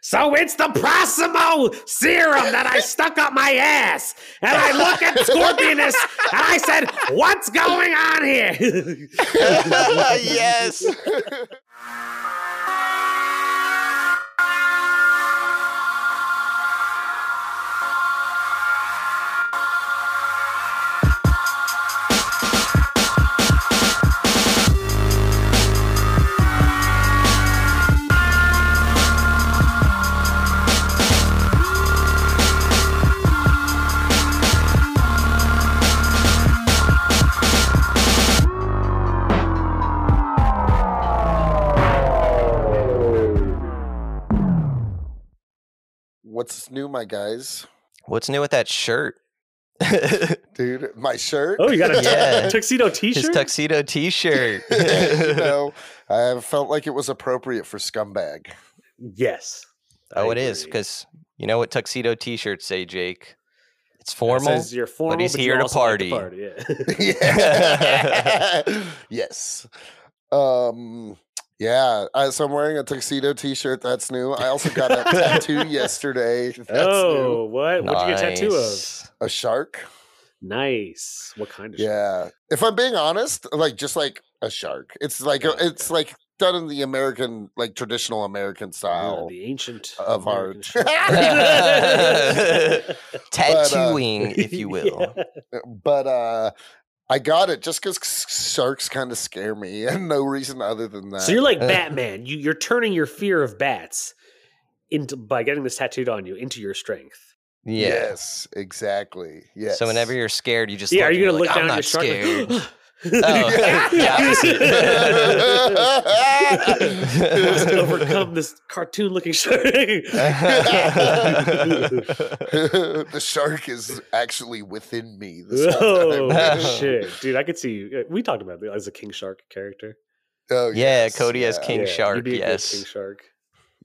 So it's the Proximo serum that I stuck up my ass. And I look at Scorpionus and I said, What's going on here? yes. What's new, my guys? What's new with that shirt? His Dude, my shirt. Oh, you got a tu- Yeah. tuxedo T-shirt. tuxedo T-shirt. you know, I felt like it was appropriate for scumbag. yes. oh, I it is agree. because you know what tuxedo T-shirts say, Jake. It's It formal. says you're formal, he's you here to also like to party. party, Yeah. yes. Um. Yeah. I, so I'm wearing a tuxedo T-shirt. That's new. I also got a tattoo yesterday. That's yeah. oh, what? What'd you get a tattoo of? Nice. new. A shark. Nice. What kind of? Yeah. If I'm being honest, like just like a shark. It's like a, Oh, it's like done in the American, like traditional American Wow. style. The ancient of our- American ship. uh, Tattooing, if you will. Yeah. But uh, I got it just because sharks kind of scare me, and no reason other than that. So you're like Uh. Batman. You you're turning your fear of bats into by getting this tattooed on you into your strength. Yeah. Yes. Exactly. Yes. So whenever you're scared, you just yeah, are you and gonna look you're down like, at your shark? I'm not scared. like, Oh, I the Oh, must overcome this cartoon looking shark. the shark is actually within me. This whole time. oh shit, dude! I could see you. We talked about it as a king shark character. Oh, yeah, yes, Cody as yeah, King Yeah, Shark. you'd be a good Yes. king shark.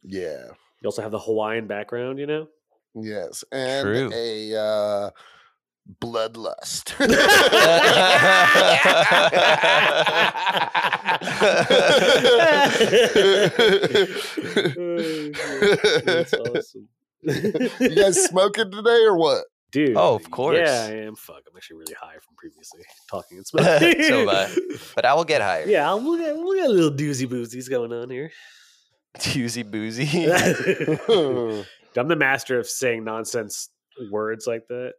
Yeah. You also have the Hawaiian background, you know. Yes. And True. a uh, bloodlust. That's awesome. you guys smoking today or what? Dude. Oh, of course. Yeah, I am. Fuck, I'm actually really high from previously talking and smoking. So am I. but I will get higher. Yeah, I'll- we got, we got a little doozy boozies going on here. Doozy boozy. I'm the master of saying nonsense words like that.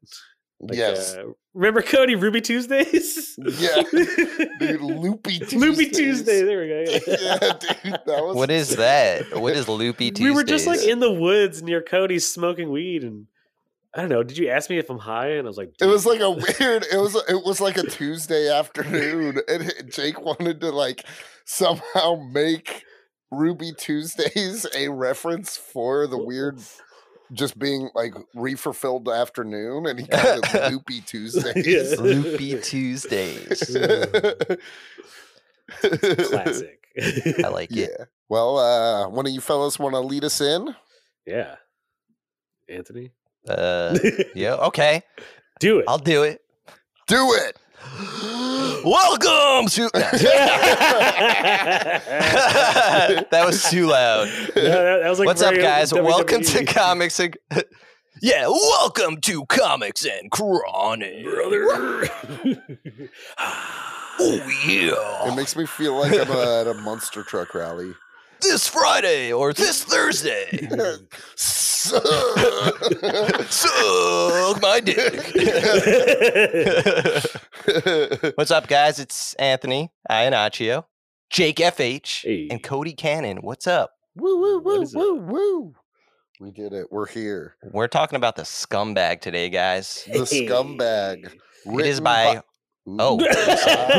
Like, yes. uh, remember Cody Ruby Tuesdays? Yeah. Dude, loopy Tuesdays. Loopy Tuesday. There we go. yeah, dude, that was What is that? What is Loopy Tuesdays? we were just like in the woods near Cody's smoking weed, and I don't know. Did you ask me if I'm high? And I was like, It was "Dude, like a weird. It was it was like a Tuesday afternoon, and it- Jake wanted to like somehow make Ruby Tuesdays a reference for the weird, just being like reefer filled afternoon, and he called it Loopy Tuesdays. Loopy Tuesdays. classic. I like Yeah. it. Well, uh, one of you fellas want to lead us in? yeah, Anthony, Uh, yeah, okay. do it. I'll do it. Do it. Welcome to. that was too loud. No, that, that was like What's up, very E. guys? Welcome to WWE. Comics and. yeah, welcome to Comics and Chronic. brother. Oh, It yeah. makes me feel like I'm at a monster truck rally. This Friday or this Thursday. Suck my dick. What's up, guys? It's Anthony Iannaccio, Jake FH, Hey. and Cody Cannon. What's up? Woo, woo, What woo, is it? woo, woo. We did it. We're here. We're talking about the scumbag today, guys. The scumbag. it is Written by. Ooh. Oh. Uh,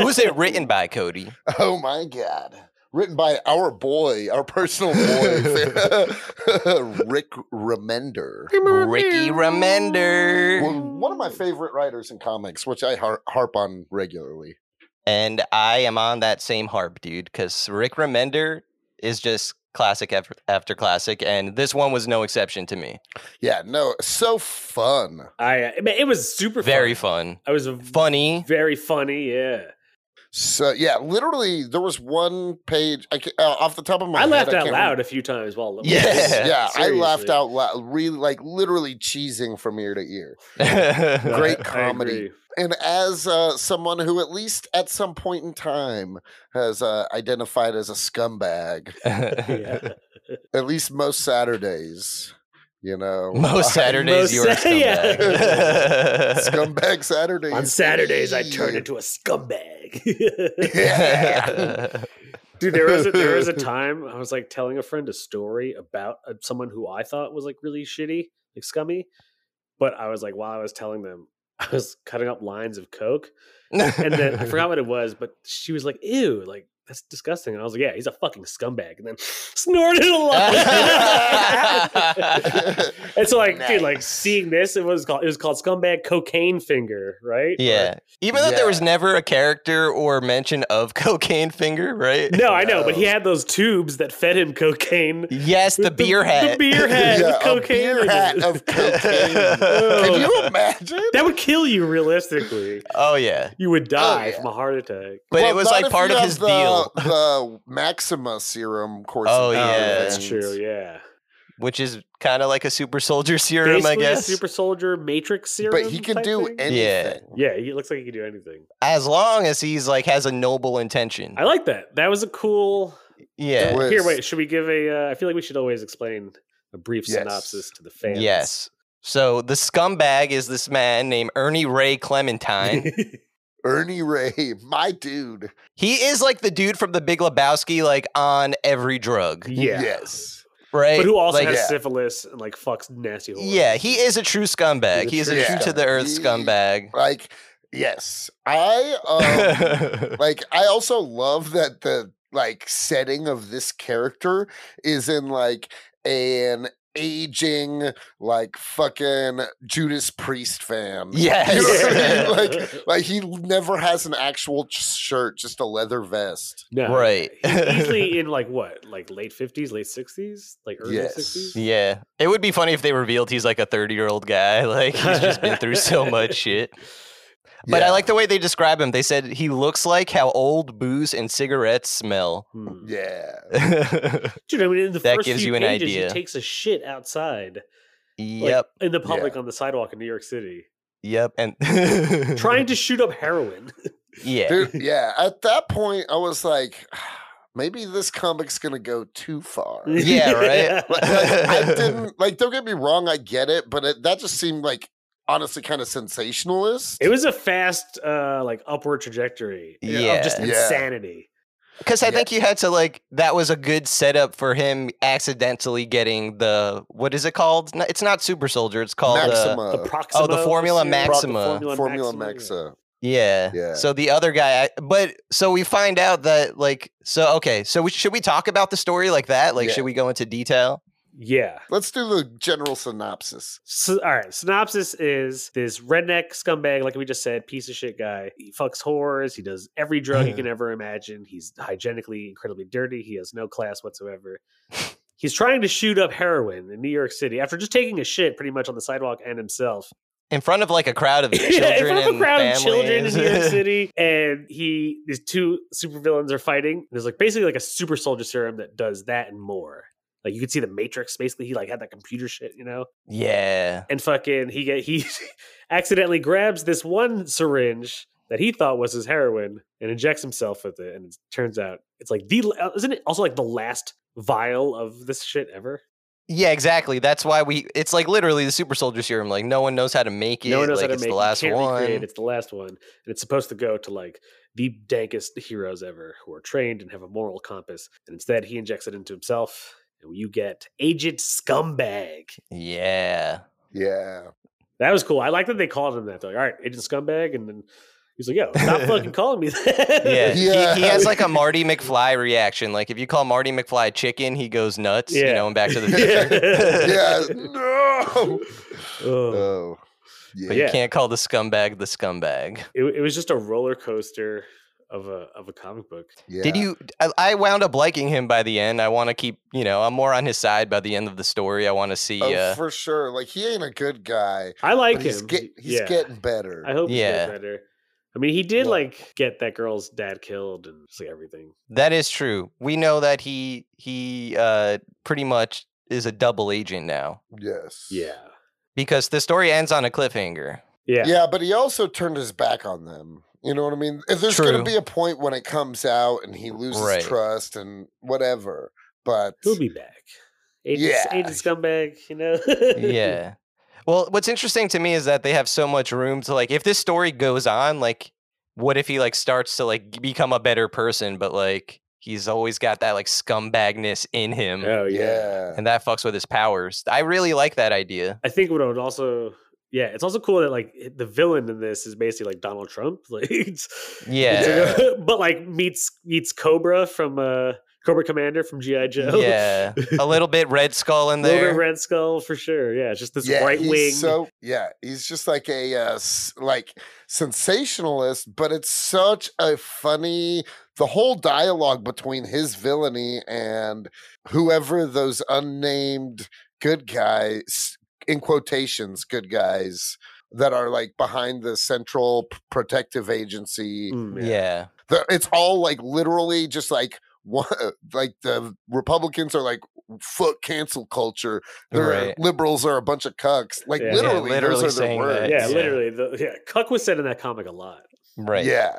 Who is it written by, Cody? Oh, my God. Written by our boy, our personal boy, Rick Remender. Ricky Remender. Well, one of my favorite writers in comics, which I har- harp on regularly. And I am on that same harp, dude, because Rick Remender is just classic after, after classic, and this one was no exception to me. Yeah, no, so fun. I, uh, man, it was super Very fun. fun. I was a Funny. very funny. Yeah, So yeah, literally, there was one page. I ca- uh, off the top of I my head, laughed out can't loud remember- a few times while Yeah. Yeah, I laughed Seriously. out loud, really like literally cheesing from ear to ear. yeah. Great I comedy. agree. And as uh, someone who, at least at some point in time, has uh, identified as a scumbag, Yeah. at least most Saturdays, you know, Most Most Saturdays you were a Sa- yeah. scumbag. scumbag Saturdays. On Saturdays, I turned yeah. into a scumbag. Yeah. Dude, there was a, there was a time I was like telling a friend a story about uh, someone who I thought was like really shitty, like scummy, but I was like while I was telling them, I was cutting up lines of coke, and then I forgot what it was, but she was like, "Ew, like that's disgusting," and I was like, "Yeah, he's a fucking scumbag," and then snorted a line. It's so, like, dude, like Nice. seeing this, it was called it was called scumbag cocaine finger, right? Or- Yeah. Even though there was Yeah. never a character or mention of Cocaine Finger, right? no, I know, but he No. had those tubes that fed him cocaine. Yes, the with beer hat. The beer hat Yeah, with a cocaine. beer in it. hat of cocaine. Can you imagine? that would kill you realistically. Oh yeah, You would die yeah. from a heart attack. but Well, it was not like if part you of have his the, deal, The Maxima serum course. Oh, of yeah. That's actions. true, yeah. which is kind of like a super soldier serum, Basically I guess. a super soldier matrix serum. But he can type do thing. anything. Yeah, he looks like he can do anything. As long as he's like has a noble intention. I like that. That was a cool Yeah. Twist. Here, wait, should we give a uh, I feel like we should always explain a brief Yes. synopsis to the fans. Yes. So the scumbag is this man named Ernie Ray Clementine. Ernie Ray, my dude. he is like the dude from the Big Lebowski, like on every drug, Yeah. Yes. right? But who also like, has Yeah. syphilis and like fucks nasty holes. yeah, he is a true scumbag. He's a He is a true true to the scumbag. earth He- scumbag. Like, yes. I um like I also love that the like setting of this character is in like an aging like fucking Judas Priest fan. You know what I mean? yes. Like, like he never has an actual ch- shirt, just a leather vest. No, Right. He's easily in like what, like late fifties, late sixties, like early Yes. sixties. Yeah. It would be funny if they revealed he's like a 30 year old guy. Like he's just been through so much shit. But I Yeah. like the way they describe him. They said he looks like how old booze and cigarettes smell. Hmm. Yeah. Dude, I mean, in the That first gives few you an pages, idea. he takes a shit outside, like, yep. in the public on the sidewalk in New York City, Yep. And trying to shoot up heroin. Yeah. Dude, yeah. At that point, I was like, maybe this comic's gonna go too far. Yeah, right? Like, like, I didn't like. Don't get me wrong, I get it, but it, that just seemed like honestly kind of sensationalist. it was a fast, uh, like upward trajectory you know, of just Yeah. Yeah. insanity. Because I Yeah. think you had to like that was a good setup for him accidentally getting the what is it called? No, It's not super soldier. It's called uh, Maxima, the Proximo Formula series, the Maxima. Formula yeah. Maxa. Yeah. Yeah. So the other guy, I- but so we find out that like so okay, so we, should we talk about the story like that? Like, Yeah. should we go into detail? Yeah. Let's do the general synopsis. So, all right. Synopsis is this redneck scumbag, like we just said, piece of shit guy. He fucks whores. He does every drug you can ever imagine. He's hygienically incredibly dirty. He has no class whatsoever. He's trying to shoot up heroin in New York City after just taking a shit pretty much on the sidewalk and himself. In front of like a crowd of children, Yeah, in front of a and crowd of children in families. New York City. And he, these two supervillains are fighting. There's like basically like a super soldier serum that does that and more. Like you can see the Matrix. Basically, he like had that computer shit, you know yeah. and fucking he get he accidentally grabs this one syringe that he thought was his heroin and injects himself with it and it turns out it's like the uh, isn't it also like the last vial of this shit ever Yeah, exactly. That's why we. It's like literally the super soldier serum. Like no one knows how to make it. no one knows like, how to it's make the it last can't one. recreate it, it's the last one and it's supposed to go to like the dankest heroes ever who are trained and have a moral compass and instead he injects it into himself and you get agent scumbag Yeah. Yeah. That was cool. I like that they called him that. They're like, all right, Agent Scumbag, and then he's like, yo, stop fucking calling me that. Yeah. Yeah. He, he has like a Marty McFly reaction. Like if you call Marty McFly chicken, he goes nuts. You Yeah. know, and back to the Yeah. future. Yeah. no. Ugh. Oh. Yeah. But Yeah. you can't call the scumbag the scumbag. It, it was just a roller coaster of a of a comic book. yeah. Did you? I, I wound up liking him by the end. I want to keep, you know, I'm more on his side by the end of the story. I want to see. Oh, uh, for sure. Like he ain't a good guy. I like but he's him. get, he's Yeah. getting better. I hope he Yeah. gets better. I mean, he did Yeah. like get that girl's dad killed and just like everything. That is true. We know that he he uh pretty much is a double agent now Yes. Yeah. because the story ends on a cliffhanger. Yeah. yeah. but he also turned his back on them. You know what I mean? If There's going True. to be a point when it comes out and he loses Right. trust and whatever. But He'll be back. Agent, Yeah. agent scumbag, you know? yeah. Well, what's interesting to me is that they have so much room to like if this story goes on, like what if he like starts to like become a better person, but like he's always got that like scumbagness in him Oh, yeah. yeah. and that fucks with his powers. I really like that idea. I think what I would also yeah, it's also cool that like it- the villain in this is basically like Donald Trump, like it's- it's, Yeah. uh, but like meets meets Cobra from uh Cobra Commander from GI Joe. Yeah. A little bit red skull in Little bit there. Red Skull for sure. Yeah, it's just this Yeah, right he's wing. So yeah, he's just like a uh, s- like sensationalist, but it's such a funny. The whole dialogue between his villainy and whoever those unnamed good guys in quotations good guys that are like behind the central p- protective agency Mm, Yeah. the, it's all like literally just like one, uh, like the Republicans are like fuck cancel culture. The Right. liberals are a bunch of cucks. Like Yeah. Yeah, literally, literally those are their saying that, words. Yeah, Yeah. literally. The, yeah, Cuck was said in that comic a lot. Right. Yeah.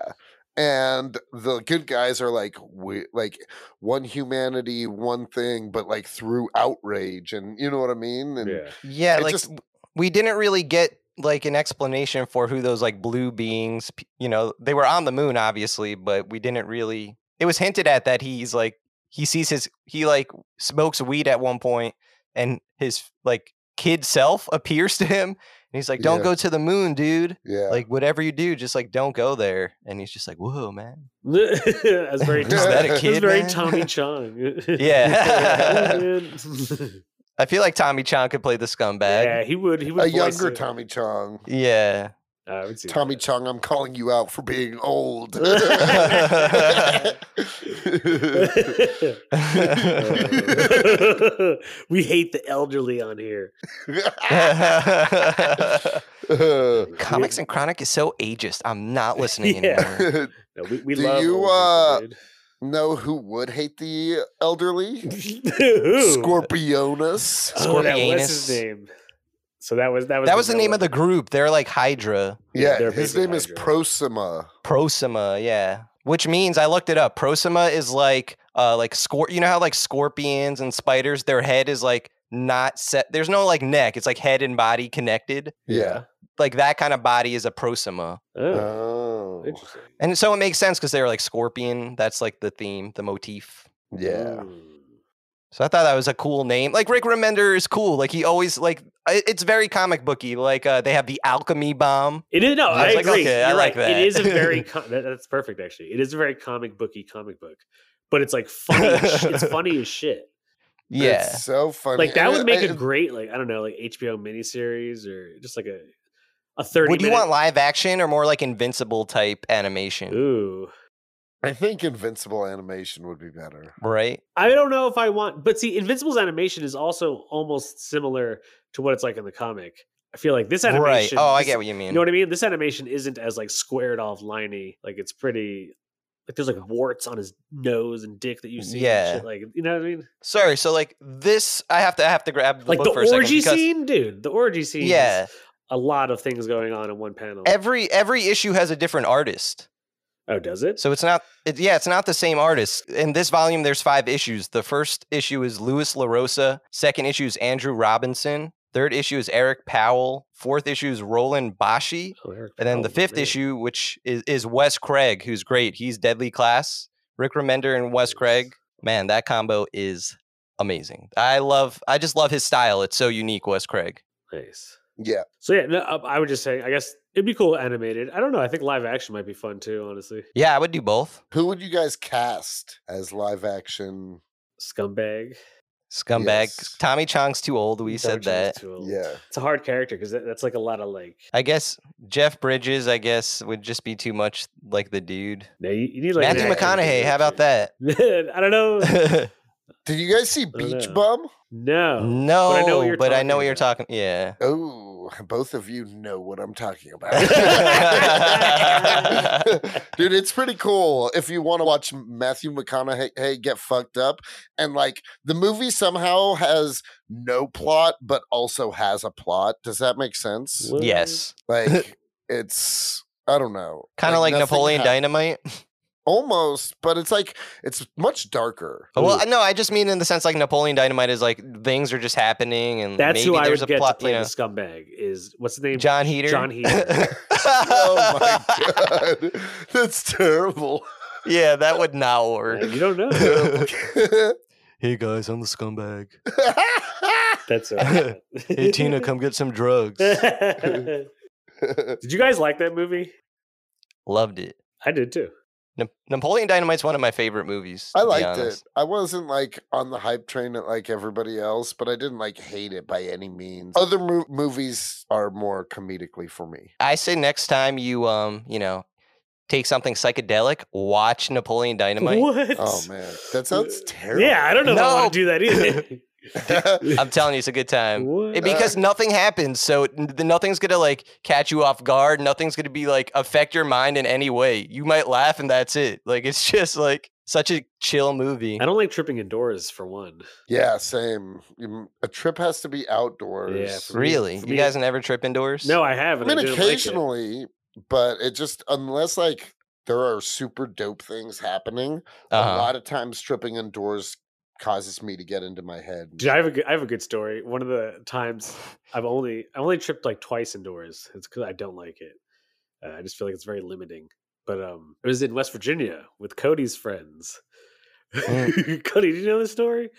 And the good guys are like we like one humanity, one thing, but like through outrage and you know what I mean? And Yeah, Yeah, It like just- w- we didn't really get like an explanation for who those like blue beings, p- you know, they were on the moon obviously, but we didn't really it was hinted at that he's like he sees his he like smokes weed at one point and his like kid self appears to him and he's like don't Yeah. go to the moon, dude. yeah. Like whatever you do, just like don't go there. And he's just like, "Whoa, man." that's very. Is Tom- that a that's kid, very man? Tommy Chong. Yeah. Man. I feel like Tommy Chan could play the scumbag. yeah, he would. He would. a voice younger it. Tommy Chong. Yeah. I would see Tommy that. Chong, I'm calling you out for being old. we hate the elderly on here. Uh, Comics and Chronic is so ageist. I'm not listening Yeah. anymore. No, we, we Do love you, uh, old people, know who would hate the elderly? dude. Who? Scorpionus. Oh, that was Scorpionus. his name. So that was that was That was the name of the villain. group. They're like Hydra, Yeah, they're his big name is Hydra. Prosima. Prosima, yeah. Which means I looked it up. Prosima is like uh like scor you know how like scorpions and spiders, their head is like not set there's no like neck. It's like head and body connected. Yeah. Like that kind of body is a prosima. Oh, Oh. interesting. And so it makes sense because they're like scorpion. That's like the theme, the motif. Yeah. Mm. So I thought that was a cool name. Like Rick Remender is cool. Like he always like i- it's very comic booky. Like uh, they have the alchemy bomb. It is no, I I, was like, agree. okay, I You're like right. that. It is a very com- that, that's perfect actually. It is a very comic booky comic book, but it's like funny. as sh- it's funny as shit. Yeah. It's so funny. Like that And would it- make a it- great like I don't know like HBO miniseries or just like a a thirty. Would you minute- want live action or more like invincible type animation? Ooh, I think Invincible animation would be better. Right? I don't know if I want, but see, Invincible's animation is also almost similar to what it's like in the comic. I feel like this Right. animation. Oh, I this- get what you mean. You know what I mean? This animation isn't as like squared off liney. Like it's pretty. Like there's like warts on his nose and dick that you see. Yeah. Mm, Yeah. Shit. Like you know what I mean? Sorry. So like this, I have to I have to grab the Like book the for a second orgy because- scene, dude. The orgy scene. is Yeah. A lot of things going on in one panel. Every every issue has a different artist, oh, does it? so it's not. It, yeah, it's not the same artist. In this volume, there's five issues. The first issue is Louis LaRosa. Second issue is Andrew Robinson. Third issue is Eric Powell. Fourth issue is Roland Bashi. Oh, Eric And then the Powell, fifth man. issue, which is, is Wes Craig, who's great. He's Deadly Class. Rick Remender and Wes Craig. Man, that combo is amazing. I love, I just love his style. It's so unique, Wes Craig. Nice. Yeah. So yeah, no, I I would just say, I guess it'd be cool animated. I don't know. I think live action might be fun too. Honestly, Yeah, I would do both. Who would you guys cast as live action? scumbag. Scumbag. Yes. Tommy Chong's too old. We Don't said choose that. too old. Yeah. It's a hard character because that, that's like a lot of like. I guess Jeff Bridges, I guess, would just be too much like the dude. No, you, you need like an Matthew actor to do McConaughey, that how about too. that? I don't know. Did you guys see don't Beach know. Bum? No. no, Oh, know what you're but I talking know what you're about. talking. Yeah. Oh, you. Both of you know what I'm talking about. That's Dude, it's pretty cool if you want to watch Matthew McConaughey get fucked up. And like the movie somehow has no plot, but also has a plot. Does that make sense? What? yes, Like it's, I don't know. kind of like, nothing Napoleon hap- Dynamite. Almost, but it's like, it's much darker. Well, no, I just mean in the sense like Napoleon Dynamite is like things are just happening, and That's maybe who I there's would a get plot. to play you know. the scumbag. Is what's the name? John Heater. John Heater. oh my God. That's terrible. Yeah, that would not work. you don't know. Hey guys, I'm the scumbag. That's all right. Hey, come get some drugs. Did you guys like that movie? Loved it. I did too. Nap- Napoleon Dynamite's one of my favorite movies. I to be liked it. honest. I wasn't like on the hype train at like everybody else, but I didn't like hate it by any means. Other mo- movies are more comedically for me. I say next time you um, you know, take something psychedelic, watch Napoleon Dynamite. What? Oh man, that sounds terrible. uh, Yeah, I don't know if I No. want to do that either. I'm telling you, it's a good time. What? It- because nothing happens, so n- the- nothing's gonna like catch you off guard. Nothing's gonna be like affect your mind in any way. You might laugh, and that's it. Like it's just like such a chill movie. I don't like tripping indoors for one. yeah, same. You- A trip has to be outdoors. for me- Really, for you me- guys never trip indoors? No, I have. I And I mean, didn't like it. occasionally, but it just unless like there are super dope things happening, a Uh-huh. lot of times tripping indoors causes me to get into my head. Dude, I have a good, I have a good story. One of the times I've only I only tripped like twice indoors. It's because I don't like it. Uh, I just feel like it's very limiting. But um, it was in West Virginia with Cody's friends. Mm. Cody, do you know this story?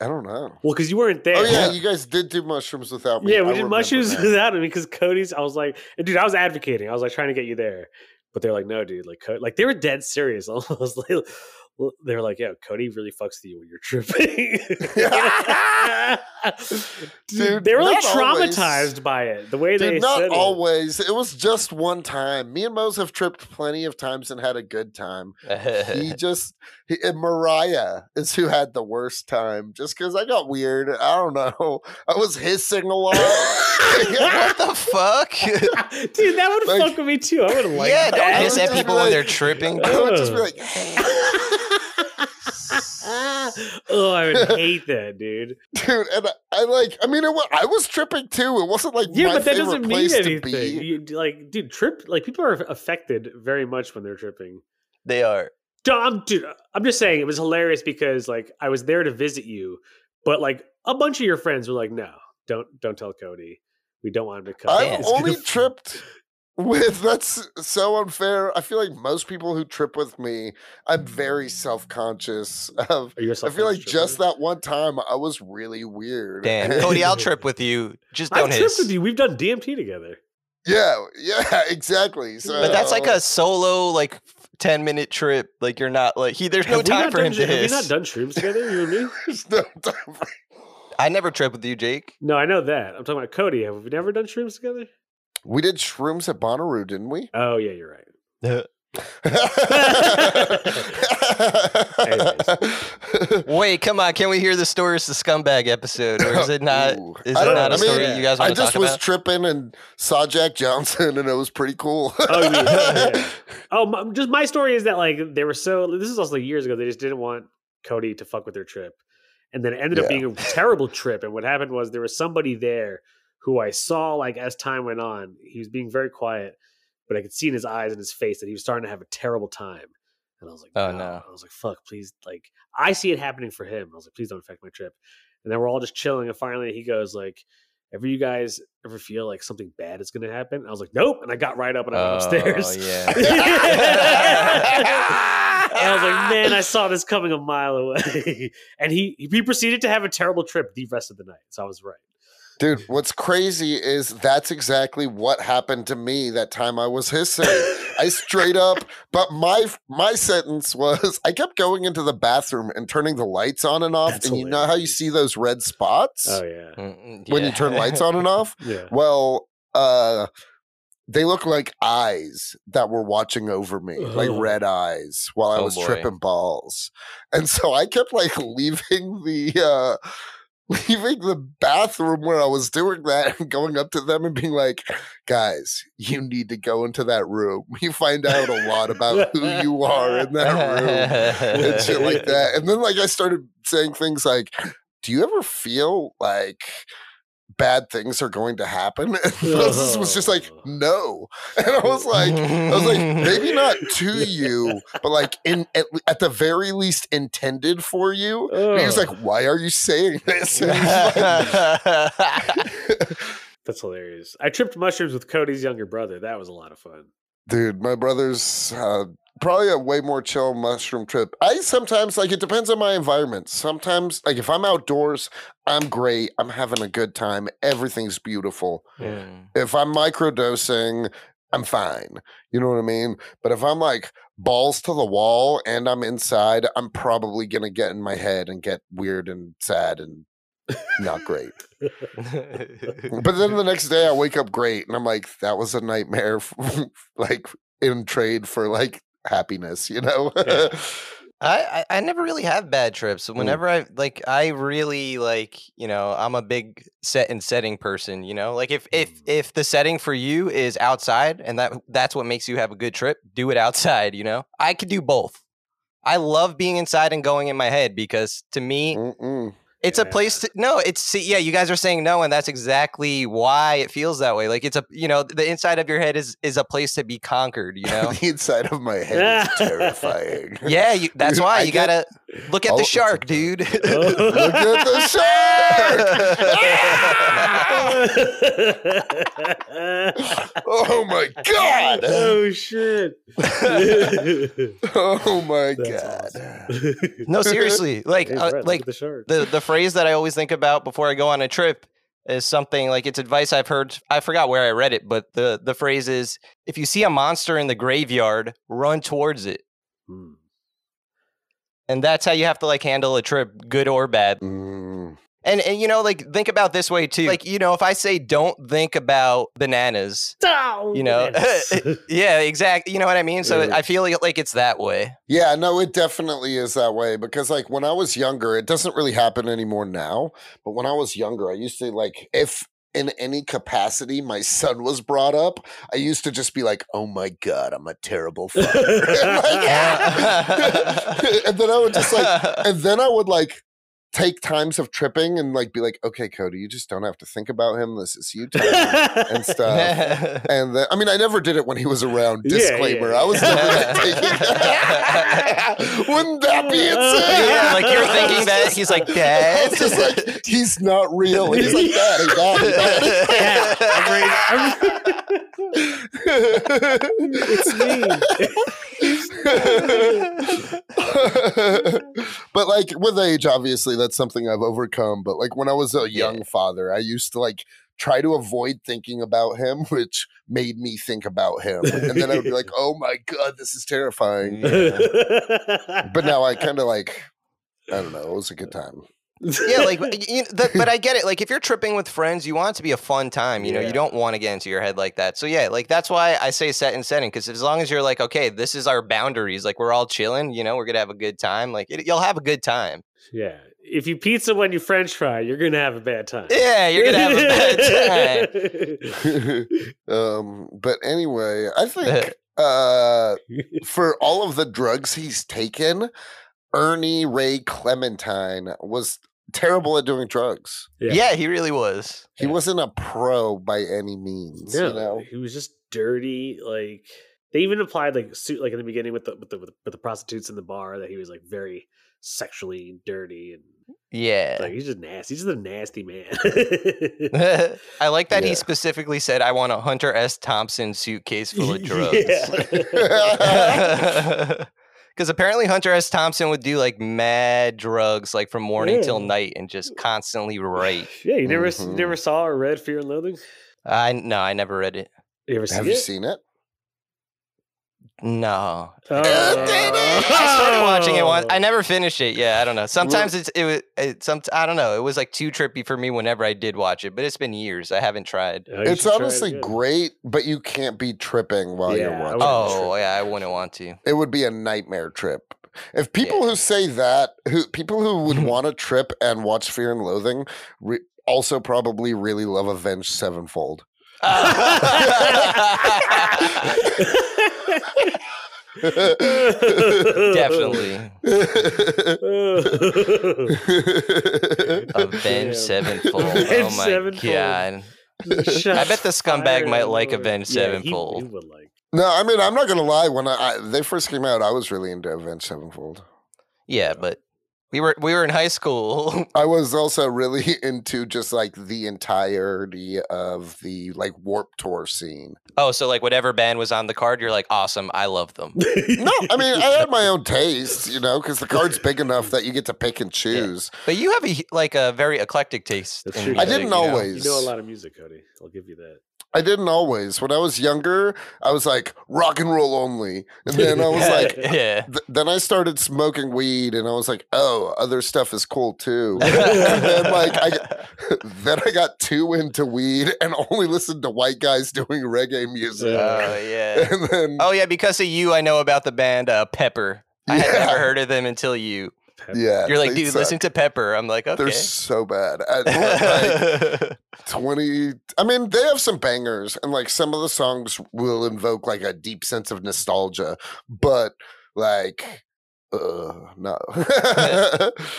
I don't know. Well, because you weren't there. Oh yeah, you guys did do mushrooms without me. Yeah, I we did remember mushrooms now. without him because Cody's. I was like, and dude, I was advocating. I was like trying to get you there, but they're like, no, dude, like, Co-, like they were dead serious. Almost like they were like, yeah, Cody really fucks with you when you're tripping. Dude, dude, they were like not always. traumatized by it. The way they Dude, not said always. It was just one time. Me and Mose have tripped plenty of times and had a good time. He just he, and Mariah is who had the worst time. Just because I got weird. I don't know. I was hissing a lot. what the fuck? it, dude, that would Like- fuck with me too. I would have liked yeah, that. don't hiss would at just be people when they're like- tripping. I would just be Ugh. like, oh, I would hate that, dude. dude, and I, I like. I mean, it was, I was tripping too. It wasn't like Yeah, my but that favorite doesn't mean place to anything. be. You, like, dude, trip like people are affected very much when they're tripping. They are. Duh, I'm, dude, I'm just saying it was hilarious because like I was there to visit you, but like a bunch of your friends were like, "No, don't don't tell Cody. We don't want him to come." I've He's gonna only f- tripped with that's so unfair. I feel like most people who trip with me, I'm very self conscious of. Are you a I feel like self-conscious just tripper? that one time I was really weird. Damn, and- Cody, I'll trip with you. Just don't I tripped hiss. with you. We've done DMT together. yeah, yeah, exactly. So, But that's like a solo, like ten minute trip. Like you're not like he. There's no Have we time not for done, him to Have we hiss. not done shrooms together, you and me? There's no time for- I never trip with you, Jake. No, I know that. I'm talking about Cody. Have we never done shrooms together? we did shrooms at Bonnaroo, didn't we? Oh yeah, you're right. Wait, come on. Can we hear the story? It's the scumbag episode, or is it not? Ooh, Is it I don't- not a I mean, story you guys I want to just talk was about? tripping and saw Jack Johnson, and it was pretty cool. Oh, yeah, yeah. Oh, my, just my story is that like they were so. This is also like, years ago. They just didn't want Cody to fuck with their trip, and then it ended up Yeah. being a terrible trip. And what happened was there was somebody there who I saw like as time went on. He was being very quiet, but I could see in his eyes and his face that he was starting to have a terrible time. And I was like, Oh, no. no. I was like, "Fuck, please!" Like I see it happening for him. I was like, "Please don't affect my trip." And then we're all just chilling, and finally he goes like. Ever you guys ever feel like something bad is going to happen? I was like, nope, and I got right up and I went upstairs. Oh, yeah. and I was Ah! like, man, I saw this coming a mile away. and he he proceeded to have a terrible trip the rest of the night. So I was right. Dude, what's crazy is that's exactly what happened to me that time I was hissing. I straight up, but my my sentence was I kept going into the bathroom and turning the lights on and off. That's and you know how you hilarious. see those red spots Oh yeah. Mm, when yeah. you turn lights on and off? Yeah. Well, uh they look like eyes that were watching over me, like Ugh. red eyes, while I Oh, was boy. tripping balls. And so I kept like leaving the uh leaving the bathroom where I was doing that and going up to them and being like, guys, you need to go into that room. You find out a lot about who you are in that room and shit like that. And then like I started saying things like, "Do you ever feel like bad things are going to happen?" And Francis was just like, "No," and I was like. I was like, maybe not to you, but like in at, at the very least intended for you. And he Oh. was like, "Why are you saying this?" And he's like, like- That's hilarious. I tripped mushrooms with Cody's younger brother. That was a lot of fun. Dude, my brother's uh, probably a way more chill mushroom trip. I sometimes like it depends on my environment. Sometimes like if I'm outdoors, I'm great. I'm having a good time. Everything's beautiful. If I'm microdosing, I'm fine. You know what I mean? But if I'm like balls to the wall and I'm inside, I'm probably gonna get in my head and get weird and sad and not great. Hmm. But then the next day I wake up great and I'm like, that was a nightmare, like in trade for like happiness, you know? Yeah. I, I I never really have bad trips. Mm. Whenever I like, I really like you know I'm a big set and setting person. You know, like if if Mm. if the setting for you is outside and that that's what makes you have a good trip, do it outside. You know, I could do both. I love being inside and going in my head because to me, Mm-mm. it's a place to no it's see, yeah you guys are saying no and that's exactly why it feels that way like it's a you know the inside of your head is is a place to be conquered you know the inside of my head is terrifying. yeah you, that's Dude, why I you get- gotta look at All- the shark dude Oh, Look at the shark! oh my god! Oh shit! Oh my That's god! awesome. no seriously like Hey, Brett, uh, look like at the shark. the the phrase that I always think about before I go on a trip is something like it's advice I've heard. I forgot where I read it, but the the phrase is if you see a monster in the graveyard, run towards it. Hmm. And that's how you have to like handle a trip, good or bad. Mm, And and you know, like think about this way too. Like, you know, if I say don't think about bananas, you know, yeah, exactly. You know what I mean? So Yeah. I feel like, like it's that way. Yeah, no, it definitely is that way because, like, when I was younger, it doesn't really happen anymore now. But when I was younger, I used to, like, if in any capacity my son was brought up, I used to just be like, oh my God, I'm a terrible father. and then I would just, like, and then I would like take times of tripping and like be like, okay, Cody, you just don't have to think about him. This is you time and stuff. And then, I mean, I never did it when he was around. Yeah, yeah, Disclaimer: yeah. I was never like, taking. Wouldn't that be insane? yeah, like you're thinking that he's like I dad. was just like, he's not real. He's like that. He's not. it's me. but like with age, obviously that's something I've overcome. But like when I was a young father, I used to like try to avoid thinking about him, which made me think about him. And then I would be like, oh my God, this is terrifying. But now I kind of like, I don't know, it was a good time. yeah, like y- you that, but I get it. Like if you're tripping with friends, you want it to be a fun time. You know, Yeah. you don't want to get into your head like that. So yeah, like that's why I say set and setting because as long as you're like, okay, this is our boundaries. Like we're all chilling. You know, we're gonna have a good time. Like it, you'll have a good time. yeah, if you pizza when you French fry, you're gonna have a bad time. Yeah, you're gonna have a bad time. um, but anyway, I think uh, for all of the drugs he's taken, Ernie Ray Clementine was terrible at doing drugs. Yeah. Yeah. he really was. He Yeah. wasn't a pro by any means, No, you know. he was just dirty. Like they even applied like suit like in the beginning with the with the with the prostitutes in the bar that he was like very sexually dirty and Yeah. like he's just nasty. He's just a nasty man. I like that Yeah. he specifically said, "I want a Hunter S. Thompson suitcase full of drugs." Because apparently Hunter S. Thompson would do like mad drugs, like from morning till Yeah. night, and just constantly write. Yeah, you never s Mhm. you never saw or read Fear and Loathing. I no, I never read it. You ever seen Have it? you seen it? No, Oh. I started watching it once. I never finished it. Yeah, I don't know. Sometimes it's it was it, some. I don't know. It was like too trippy for me whenever I did watch it, but it's been years. I haven't tried. Oh, you it's should try it honestly again. great, but you can't be tripping while Yeah, I you're wouldn't watching. want Oh to. yeah, I wouldn't want to. It would be a nightmare trip. If people who say that, who people who would want a trip and watch Fear and Loathing, re- also probably really love Avenged Sevenfold. Definitely. Oh. Damn. Avenged Sevenfold. Avenged oh my Sevenfold. god. I bet the scumbag might like Avenged Sevenfold. He, would like. no, I mean I'm not gonna lie. When I, I they first came out, I was really into Avenged Sevenfold. Yeah, but we were we were in high school. I was also really into just like the entirety of the like Warp Tour scene. oh, so like whatever band was on the card, you're like, awesome, I love them. No, I mean I had my own taste, you know, because the card's big enough that you get to pick and choose. But you have a h- like a very eclectic taste. That's in true. I I music, didn't you know? always. You know a lot of music, Cody. I'll give you that. I didn't always. When I was younger, I was like rock and roll only, and then I was like, yeah. th- then I started smoking weed, and I was like, oh, other stuff is cool too. and then like I, g- then I got too into weed and only listened to white guys doing reggae music, Oh yeah. and then Oh yeah, because of you, I know about the band uh, Pepper. I had Yeah. never heard of them until you. Pep- yeah, You're like, they dude, suck. listen to Pepper. I'm like, okay. They're so bad. At, like, 20 i mean they have some bangers and like some of the songs will invoke like a deep sense of nostalgia but like uh no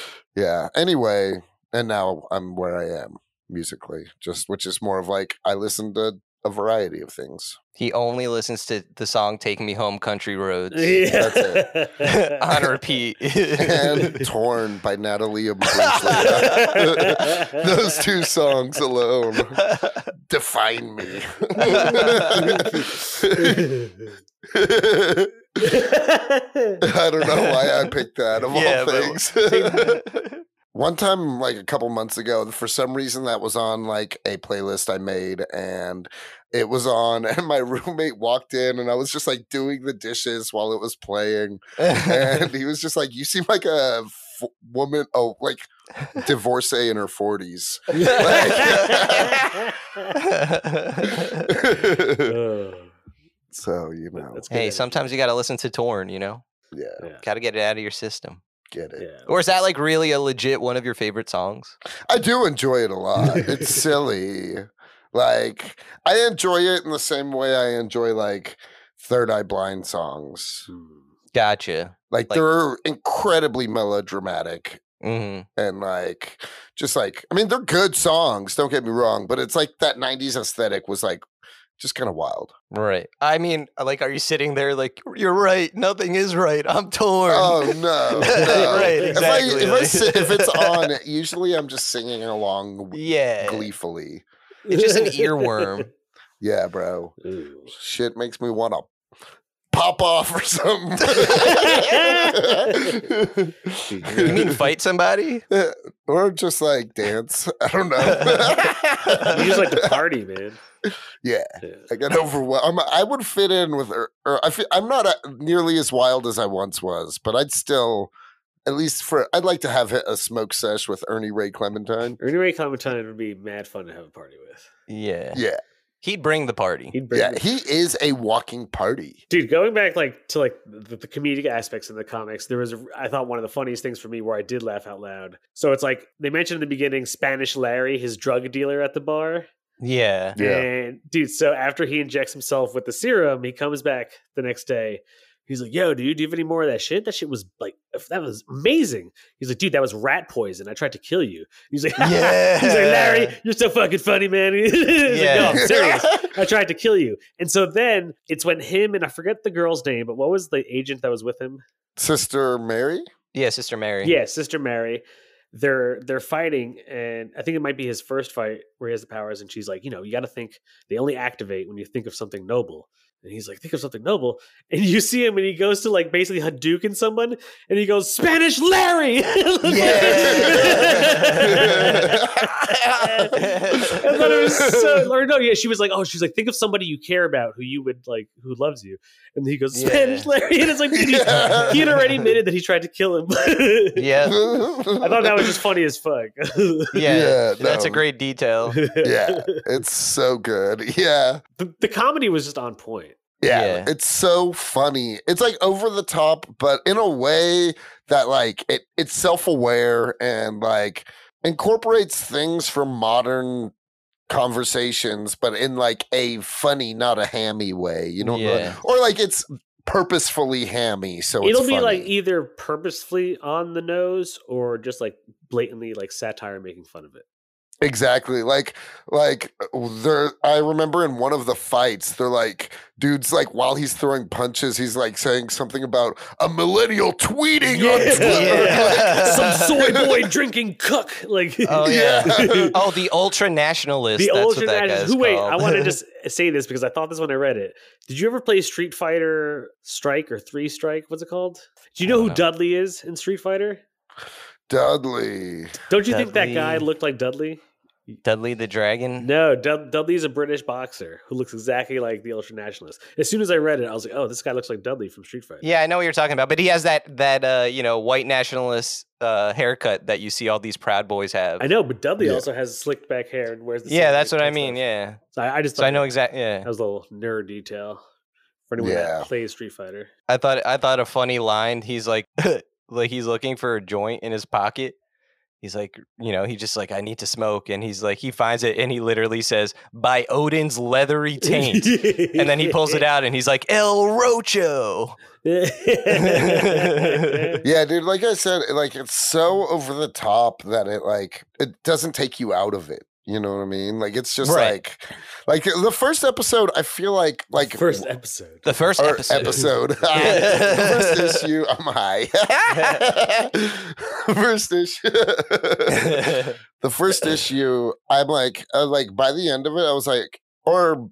yeah anyway and now i'm where i am musically just which is more of like i listen to a variety of things he only listens to the song "Take Me Home, Country Roads" on Honor. repeat. and torn by natalie and Brinkley. those two songs alone define me I don't know why I picked that of Yeah, all but- things. One time, like a couple months ago, for some reason that was on like a playlist I made and it was on and my roommate walked in and I was just like doing the dishes while it was playing. And he was just like, You seem like a f- woman, oh, like divorcee in her 40s. So, you know, That's good hey, energy. sometimes you got to listen to Torn. You know, yeah, Yeah. got to get it out of your system. get it. Yeah. Or is that like really a legit one of your favorite songs? I do enjoy it a lot. It's silly. Like I enjoy it in the same way I enjoy like Third Eye Blind songs. Hmm. Gotcha. Like, Like- they're incredibly melodramatic hmm and like just like I mean they're good songs, don't get me wrong, but it's like that 90s aesthetic was like just kind of wild. Right. I mean, uh, like, are you sitting there like you're right? Nothing is right. I'm torn. Oh no. no. right. If I, Exactly. if, I like- si- if it's on, usually I'm just singing along w- yeah. gleefully. It's just an earworm. Yeah, bro. Ooh. shit makes me want to pop off or something. You mean fight somebody? or just like dance. I don't know. You just like to party, man. yeah, Yeah. I got overwhelmed. I'm, I would fit in with, or, or I feel, I'm not uh nearly as wild as I once was, but I'd still, at least for, I'd like to have a smoke sesh with Ernie Ray Clementine. Ernie Ray Clementine would be mad fun to have a party with. Yeah. Yeah, He'd bring the party. He'd bring yeah, the- he is a walking party. dude going back like to like the, the comedic aspects in the comics there was a, i thought one of the funniest things for me where i did laugh out loud so it's like they mentioned in the beginning spanish larry his drug dealer at the bar Yeah. and dude so after he injects himself with the serum he comes back the next day he's like yo dude do you have any more of that shit that shit was like that was amazing he's like dude that was rat poison i tried to kill you he's like Yeah. He's like, Larry, you're so fucking funny, man. He's like, no, Yeah. I'm serious. I tried to kill you. And so then it's when him and I forget the girl's name, but what was the agent that was with him? Sister Mary? Yeah, Sister Mary. Yeah, Sister Mary. They're they're fighting, and I think it might be his first fight where he has the powers, and she's like, you know, you got to think. They only activate when you think of something noble. And he's like, think of something noble. And you see him, and he goes to like basically Hadouken someone, and he goes, Spanish Larry. I thought it was so. Or no, yeah, she was like, oh, she's like, think of somebody you care about who you would like, who loves you. And he goes, Spanish Yeah. Larry. And it's like, dude, he- Yeah. he had already admitted that he tried to kill him. Yeah. I thought that was just funny as fuck. Yeah. That's a no. great detail. yeah, it's so good. Yeah. The, the comedy was just on point. Yeah, Yeah. it's so funny. It's like over the top, but in a way that like it, it's self-aware and like incorporates things from modern conversations, but in like a funny, not a hammy way. You know, what I'm- Yeah. or like it's purposefully hammy. So It'll it's be like funny. either purposefully on the nose or just like blatantly like satire making fun of it. Exactly. Like like uh, there I remember in one of the fights, they're like dudes like while he's throwing punches, he's like saying something about a millennial tweeting on Yeah. Twitter. Yeah. Like, Some soy boy drinking cuck. Like Oh, yeah. yeah. Oh, the ultra nationalist. the that's ultra what that nationalist- guy's Who wait, called. I want to just say this because I thought this when I read it. Did you ever play Street Fighter Strike or Three Strike? What's it called? Do you I know don't who know. Dudley is in Street Fighter? Dudley. Don't you think that guy Dudley. looked like Dudley? Dudley the Dragon. No, Dud- Dudley's a British boxer who looks exactly like the ultra nationalist. As soon as I read it, I was like, "Oh, this guy looks like Dudley from Street Fighter." Yeah, I know what you're talking about, but he has that that uh, you know white nationalist uh, haircut that you see all these proud boys have. I know, but Dudley Yeah. also has slicked back hair and wears. The Yeah, same, that's like, what I tight mean. stuff. Yeah, so I, I just so I thought know exactly. Yeah, that was a little nerd detail for anyone Yeah. that plays Street Fighter. I thought I thought a funny line. He's like, like he's looking for a joint in his pocket. He's like, you know, he just like, I need to smoke, and he's like, he finds it, and he literally says, "By Odin's leathery taint," and then he pulls it out, and he's like, "El Rocho." yeah, Yeah, dude, like I said, it- like it's so over the top that it like it doesn't take you out of it. You know what I mean? Like it's just Right. like like the first episode, I feel like like first episode. The first or episode. episode. the first issue, I'm high. first issue. the first issue, I'm like, I like by the end of it, I was like, or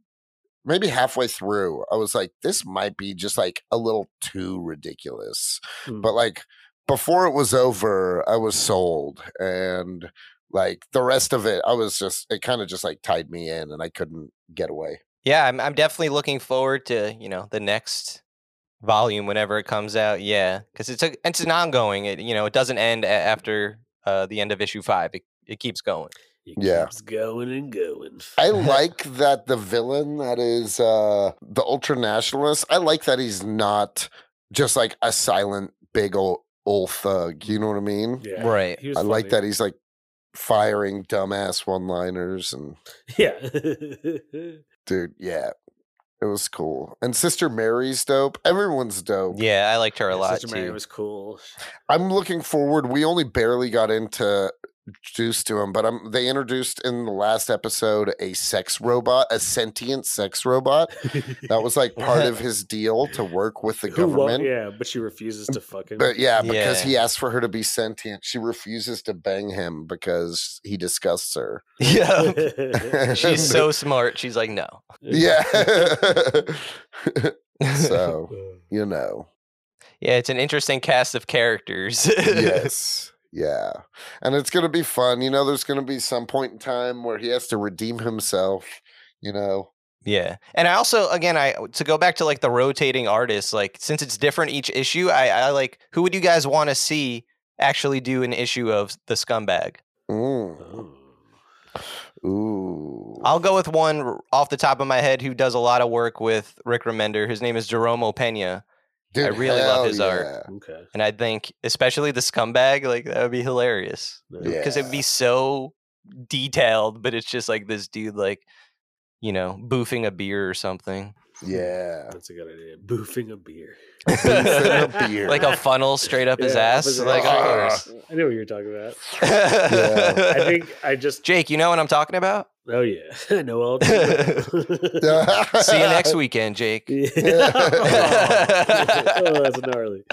maybe halfway through, I was like, this might be just like a little too ridiculous. Hmm. But like before it was over, I was sold, and like the rest of it, I was just it kind of just like tied me in, and I couldn't get away. yeah, I'm I'm definitely looking forward to you know the next volume whenever it comes out. Yeah, because it's a it's an ongoing. It you know it doesn't end a- after uh, the end of issue five. It it keeps going. It Yeah. keeps going and going. I like that the villain that is uh the ultra nationalist, I like that he's not just like a silent big old old thug. You know what I mean? yeah, Right. he was I like funny. that he's like firing dumbass one liners and Yeah. dude, yeah. It was cool. And Sister Mary's dope. Everyone's dope. Yeah, I liked her a Yeah, lot Sister Mary too. was cool. I'm looking forward. We only barely got into introduced to him, but I'm they introduced in the last episode a sex robot, a sentient sex robot. That was like part of his deal to work with the Who won't- government. yeah, but she refuses to fucking. But yeah, because Yeah. he asked for her to be sentient, she refuses to bang him because he disgusts her. yeah, she's so smart. She's like, no. yeah. so you know, Yeah, it's an interesting cast of characters. yes, yeah, and it's gonna be fun. You know, there's gonna be some point in time where he has to redeem himself. You know, Yeah. And I also again I to go back to like the rotating artists, like since it's different each issue, I, I like who would you guys want to see actually do an issue of the scumbag? Mm. Oh. ooh, I'll go with one r- off the top of my head who does a lot of work with Rick Remender. His name is Jerome Pena. Dude, really love hell his art. Okay. And I think especially the scumbag, like that would be hilarious. No. Yeah. Because it'd be so detailed, but it's just like this dude like, you know, boofing a beer or something. Yeah, That's a good idea. Boofing a beer. Boofing a beer. Like a funnel straight up his Yeah, ass. opposite- Like of Ah. course. I knew what you were talking about. Yeah. I think I just. Jake, you know what I'm talking about? Oh yeah, I know all. about. yeah. See you next weekend, Jake. Yeah. oh, that's gnarly.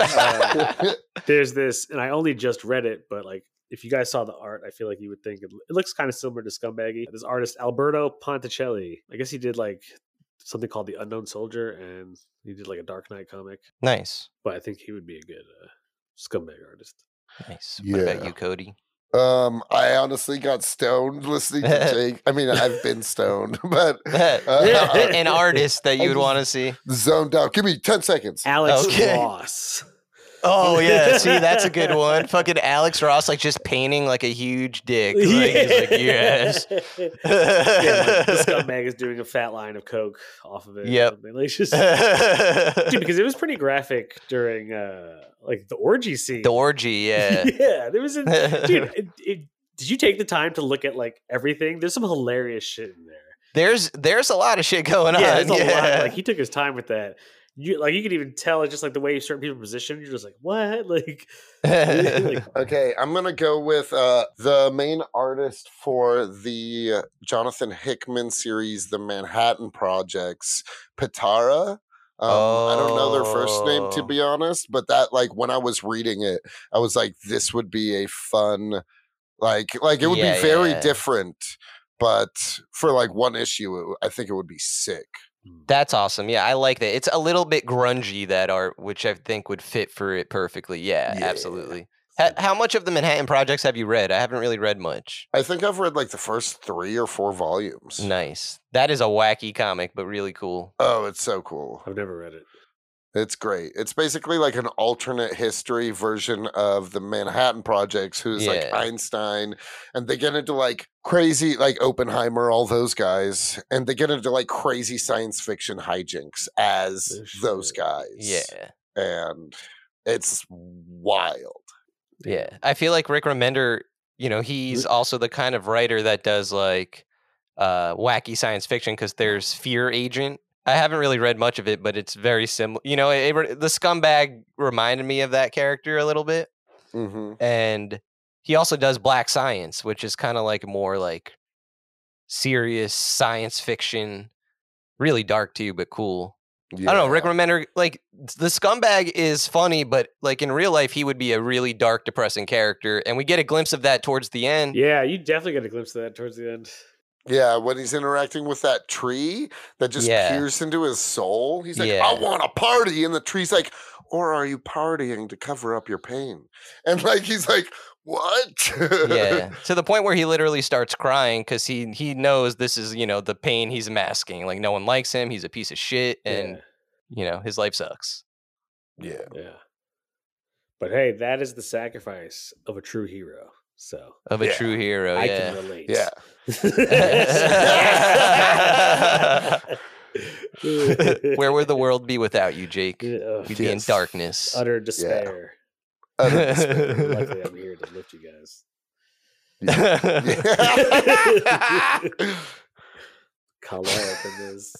Uh, there's this, and I only just read it, but like if you guys saw the art, I feel like you would think it, it looks kind of similar to Scumbaggy. This artist Alberto Ponticelli, I guess he did like something called The Unknown Soldier, and he did like a Dark Knight comic. nice. But I think he would be a good uh, scumbag artist. Nice. What about Yeah. you, Cody? Um, I honestly got stoned listening to Jake. I mean, I've been stoned, but A- uh, Oh, An artist that I you would just- want to see. zoned out. Give me ten seconds. Alex Okay. Ross. Oh yeah, see that's a good one. Fucking Alex Ross like just painting like a huge dick. Like, He's like yes. yeah, like, the scumbag is doing a fat line of coke off of it. Yeah, Yep. like it's just dude, because it was pretty graphic during uh like the orgy scene. the orgy, yeah. yeah, there was a dude. It, it, did you take the time to look at like everything? There's some hilarious shit in there. There's there's a lot of shit going yeah, on. it's a yeah. lot. Like he took his time with that. You like you could even tell it's just like the way certain people position. You're just like what? Like, like Okay, I'm gonna go with uh, the main artist for the Jonathan Hickman series, The Manhattan Projects, Patara. Um, I don't know their first name to Oh. be honest, but that like when I was reading it, I was like, this would be a fun, like, like it would Yeah, be very yeah. different, but for like one issue, it, I think it would be sick. That's awesome. Yeah, I like that. It's a little bit grungy that art, which I think would fit for it perfectly. Yeah, Yeah. absolutely. How, how much of the Manhattan Projects have you read? I haven't really read much. I think I've read like the first three or four volumes. Nice. That is a wacky comic, but really cool. Oh, it's so cool. I've never read it. It's great. It's basically like an alternate history version of the Manhattan Projects, who's like Yeah. Einstein, and they get into like crazy, like Oppenheimer, all those guys, and they get into like crazy science fiction hijinks as Oh, those shit. guys. Yeah. and it's wild. Yeah. I feel like Rick Remender, you know, he's also the kind of writer that does like uh wacky science fiction because there's Fear Agent. I haven't really read much of it, but it's very similar. You know, it, it- the scumbag reminded me of that character a little bit. hmm and he also does black science which is kind of like more like serious science fiction really dark too but cool i don't know rick remender like the scumbag is funny but like in real life he would be a really dark depressing character and we get a glimpse of that towards the end Yeah, you definitely get a glimpse of that towards the end. Yeah, when he's interacting with that tree that just Yeah. pierced into his soul, he's like, Yeah. I want a party. And the tree's like, Or are you partying to cover up your pain? And like, he's like, What? yeah to the point where he literally starts crying because he he knows this is you know the pain he's masking like no one likes him he's a piece of shit and you know his life sucks yeah. yeah, yeah. But hey, that is the sacrifice of a true hero. So of a Yeah. true hero I Oh, yeah. can relate. Yeah. Where would the world be without you, Jake? We'd Ugh, be in Yes. darkness. utter despair? Utter Luckily, I'm here to lift you guys. despair. Color up in this.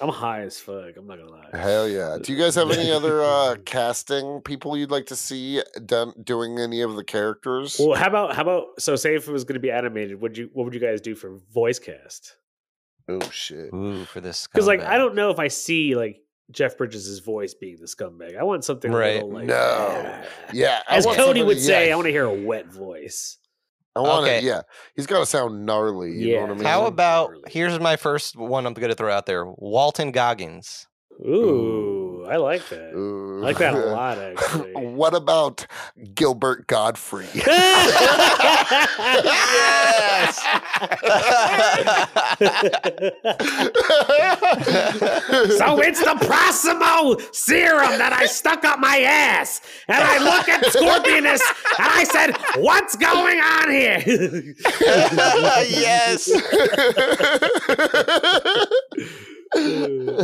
I'm high as fuck. I'm not gonna lie. Hell yeah. Do you guys have any other uh, casting people you'd like to see done doing any of the characters? Well, how about how about so? Say if it was going to be animated, would you what would you guys do for voice cast? Oh, shit. Ooh, for this. Because like I comeback. don't know if I see like Jeff Bridges' voice being the scumbag. I want something a Right. little like No. "Ah." Yeah. I As want Cody would somebody- say, yes. I want to hear a wet voice. I want Okay. it. Yeah, he's got to sound gnarly. You know what I Yeah. mean? How Really about gnarly. here's my first one I'm going to throw out there Walton Goggins. Ooh, I like that. I Ooh. like that a lot, actually. what about Gilbert Godfrey? So it's the Proximo serum that I stuck up my ass. And I look at Scorpionus and I said, What's going on here? yes.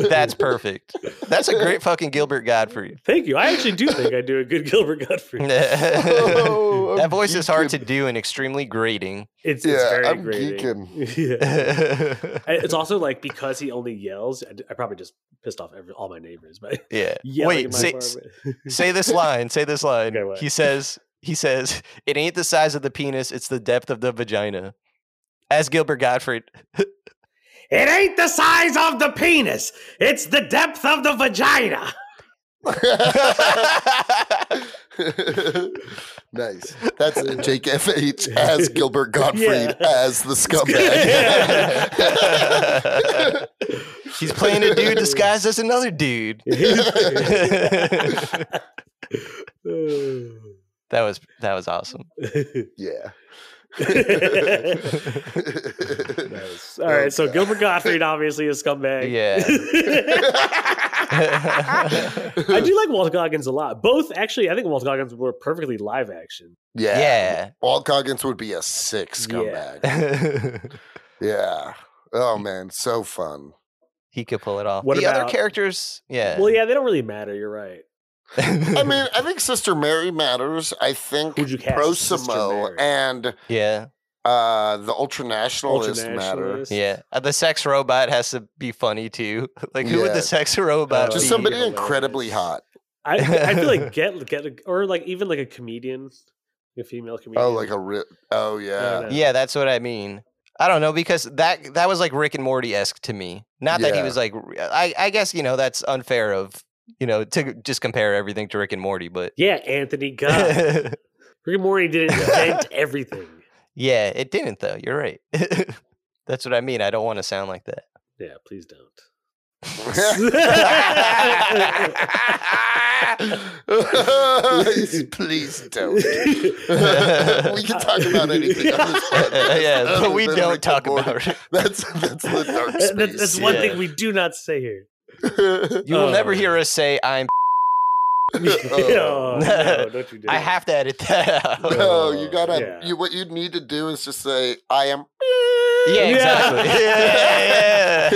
That's perfect. That's a great fucking Gilbert Godfrey. Thank you. I actually do think I do a good Gilbert Godfrey. that Oh, I'm voice is hard to geeking. do and extremely grating. It's, Yeah, it's very I'm grating. yeah. yeah. And It's also like because he only yells. I, d- I probably just pissed off every, all my neighbors, but yelling in Wait, my say, apartment. say this line. Say this line. Okay, what? he says, he says, it ain't the size of the penis, it's the depth of the vagina. As Gilbert Gottfried. It ain't the size of the penis, it's the depth of the vagina. nice. That's Jake FH as Gilbert Godfrey Yeah. as the scumbag. Yeah. He's playing a dude disguised as another dude. that was that was awesome. yeah. Nice. All right, so Gilbert Gottfried obviously is scumbag. Yeah. yeah. I do like Walt Goggins a lot. Both actually, I think Walt Goggins were perfectly live action. Yeah. Walt Goggins would be a sick scumbag. Yeah. Oh man, so fun. he could pull it off. What the about- other characters, yeah. Well, yeah, they don't really matter. You're right. I mean, I think Sister Mary matters. I think Who'd you cast? Sister Prosimo Mary. and yeah, uh the ultranationalist matter. Ultranationalist. yeah. Uh, the sex robot has to be funny too. Like, who would Yeah. the sex robot Just be? somebody Oh, hilarious. incredibly hot. I, I feel like get get a, or like even like a comedian, a female comedian. Oh, like a ri- oh yeah. no. Yeah, that's what I mean. I don't know because that that was like Rick and Morty esque to me. Not that he Yeah. was like. r- I I guess you know that's unfair of you know to just compare everything to Rick and Morty, but yeah, Anthony God. Rick and Morty didn't invent everything. yeah, it didn't though. You're right. that's what I mean. I don't want to sound like that. Yeah, please don't. Please don't. we can talk about anything. On this podcast Uh, yeah, other but we than don't Rick talk and Morty. about it. That's that's the That- dark that- space. that's one yeah. thing we do not say here. You will never Oh. hear us say I'm. Oh, no, don't you do I it. have to edit that out. no, you gotta. Yeah. You what you need to do is just say, "I am." yeah, exactly. Yeah. Yeah,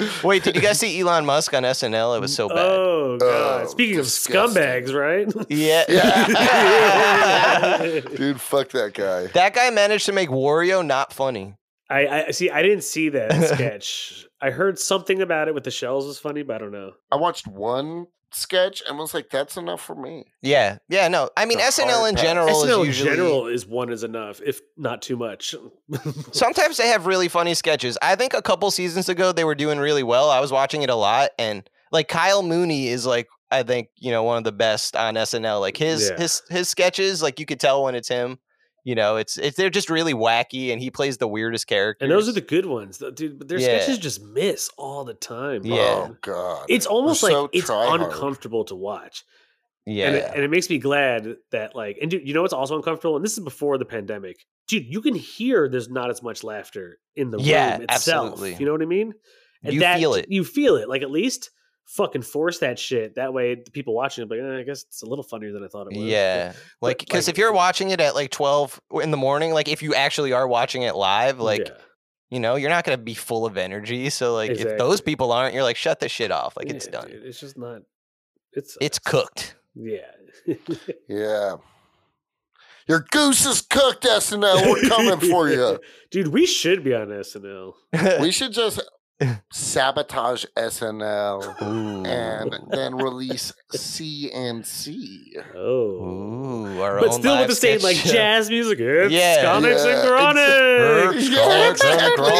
yeah. Wait, did you guys see Elon Musk on SNL? It was so bad. Oh god! Oh, Speaking disgusting. of scumbags, right? Yeah. Yeah. Dude, fuck that guy. That guy managed to make Wario not funny. I, I see. I didn't see that sketch. I heard something about it with the shells was funny, but I don't know. I watched one sketch and was like, "That's enough for me." Yeah. Yeah, no. I mean The SNL hard in pass. general SNL is in usually general is one is enough, if not too much. Sometimes they have really funny sketches. I think a couple seasons ago they were doing really well. I was watching it a lot and like Kyle Mooney is like I think, you know, one of the best on SNL. Like his Yeah. his his sketches, like you could tell when it's him. You know, it's it's they're just really wacky and he plays the weirdest characters. and those are the good ones, though, dude. But their Yeah. sketches just miss all the time. Um, Yeah. Oh man. god. It's almost so like it's try-hard. uncomfortable to watch, Yeah. and, uh, it, and it makes me glad that like, and dude, you know what's also uncomfortable, and this is before the pandemic, dude. You can hear there's not as much laughter in the Yeah, room itself. absolutely. You know what I mean? And you that- feel it. You feel it. Like at least fucking force that shit. That way, the people watching it, like, eh, I guess it's a little funnier than I thought it was. Yeah. Like but, like- cuz if you're watching it at like 12 in the morning, like if you actually are watching it live, like Yeah. you know you're not going to be full of energy so like if those Exactly. people aren't you're like shut the shit off like it's Yeah, done dude, it's just not. It's it's cooked yeah. yeah. Your goose is cooked, SNL. We're coming for you. dude. We should be on SNL. We should just sabotage SNL ooh. and then release CNC. Oh, ooh our but own still with live the same like sketch show. jazz music. It's Yeah. comics Yeah, and exa- chronics. Yeah, exactly.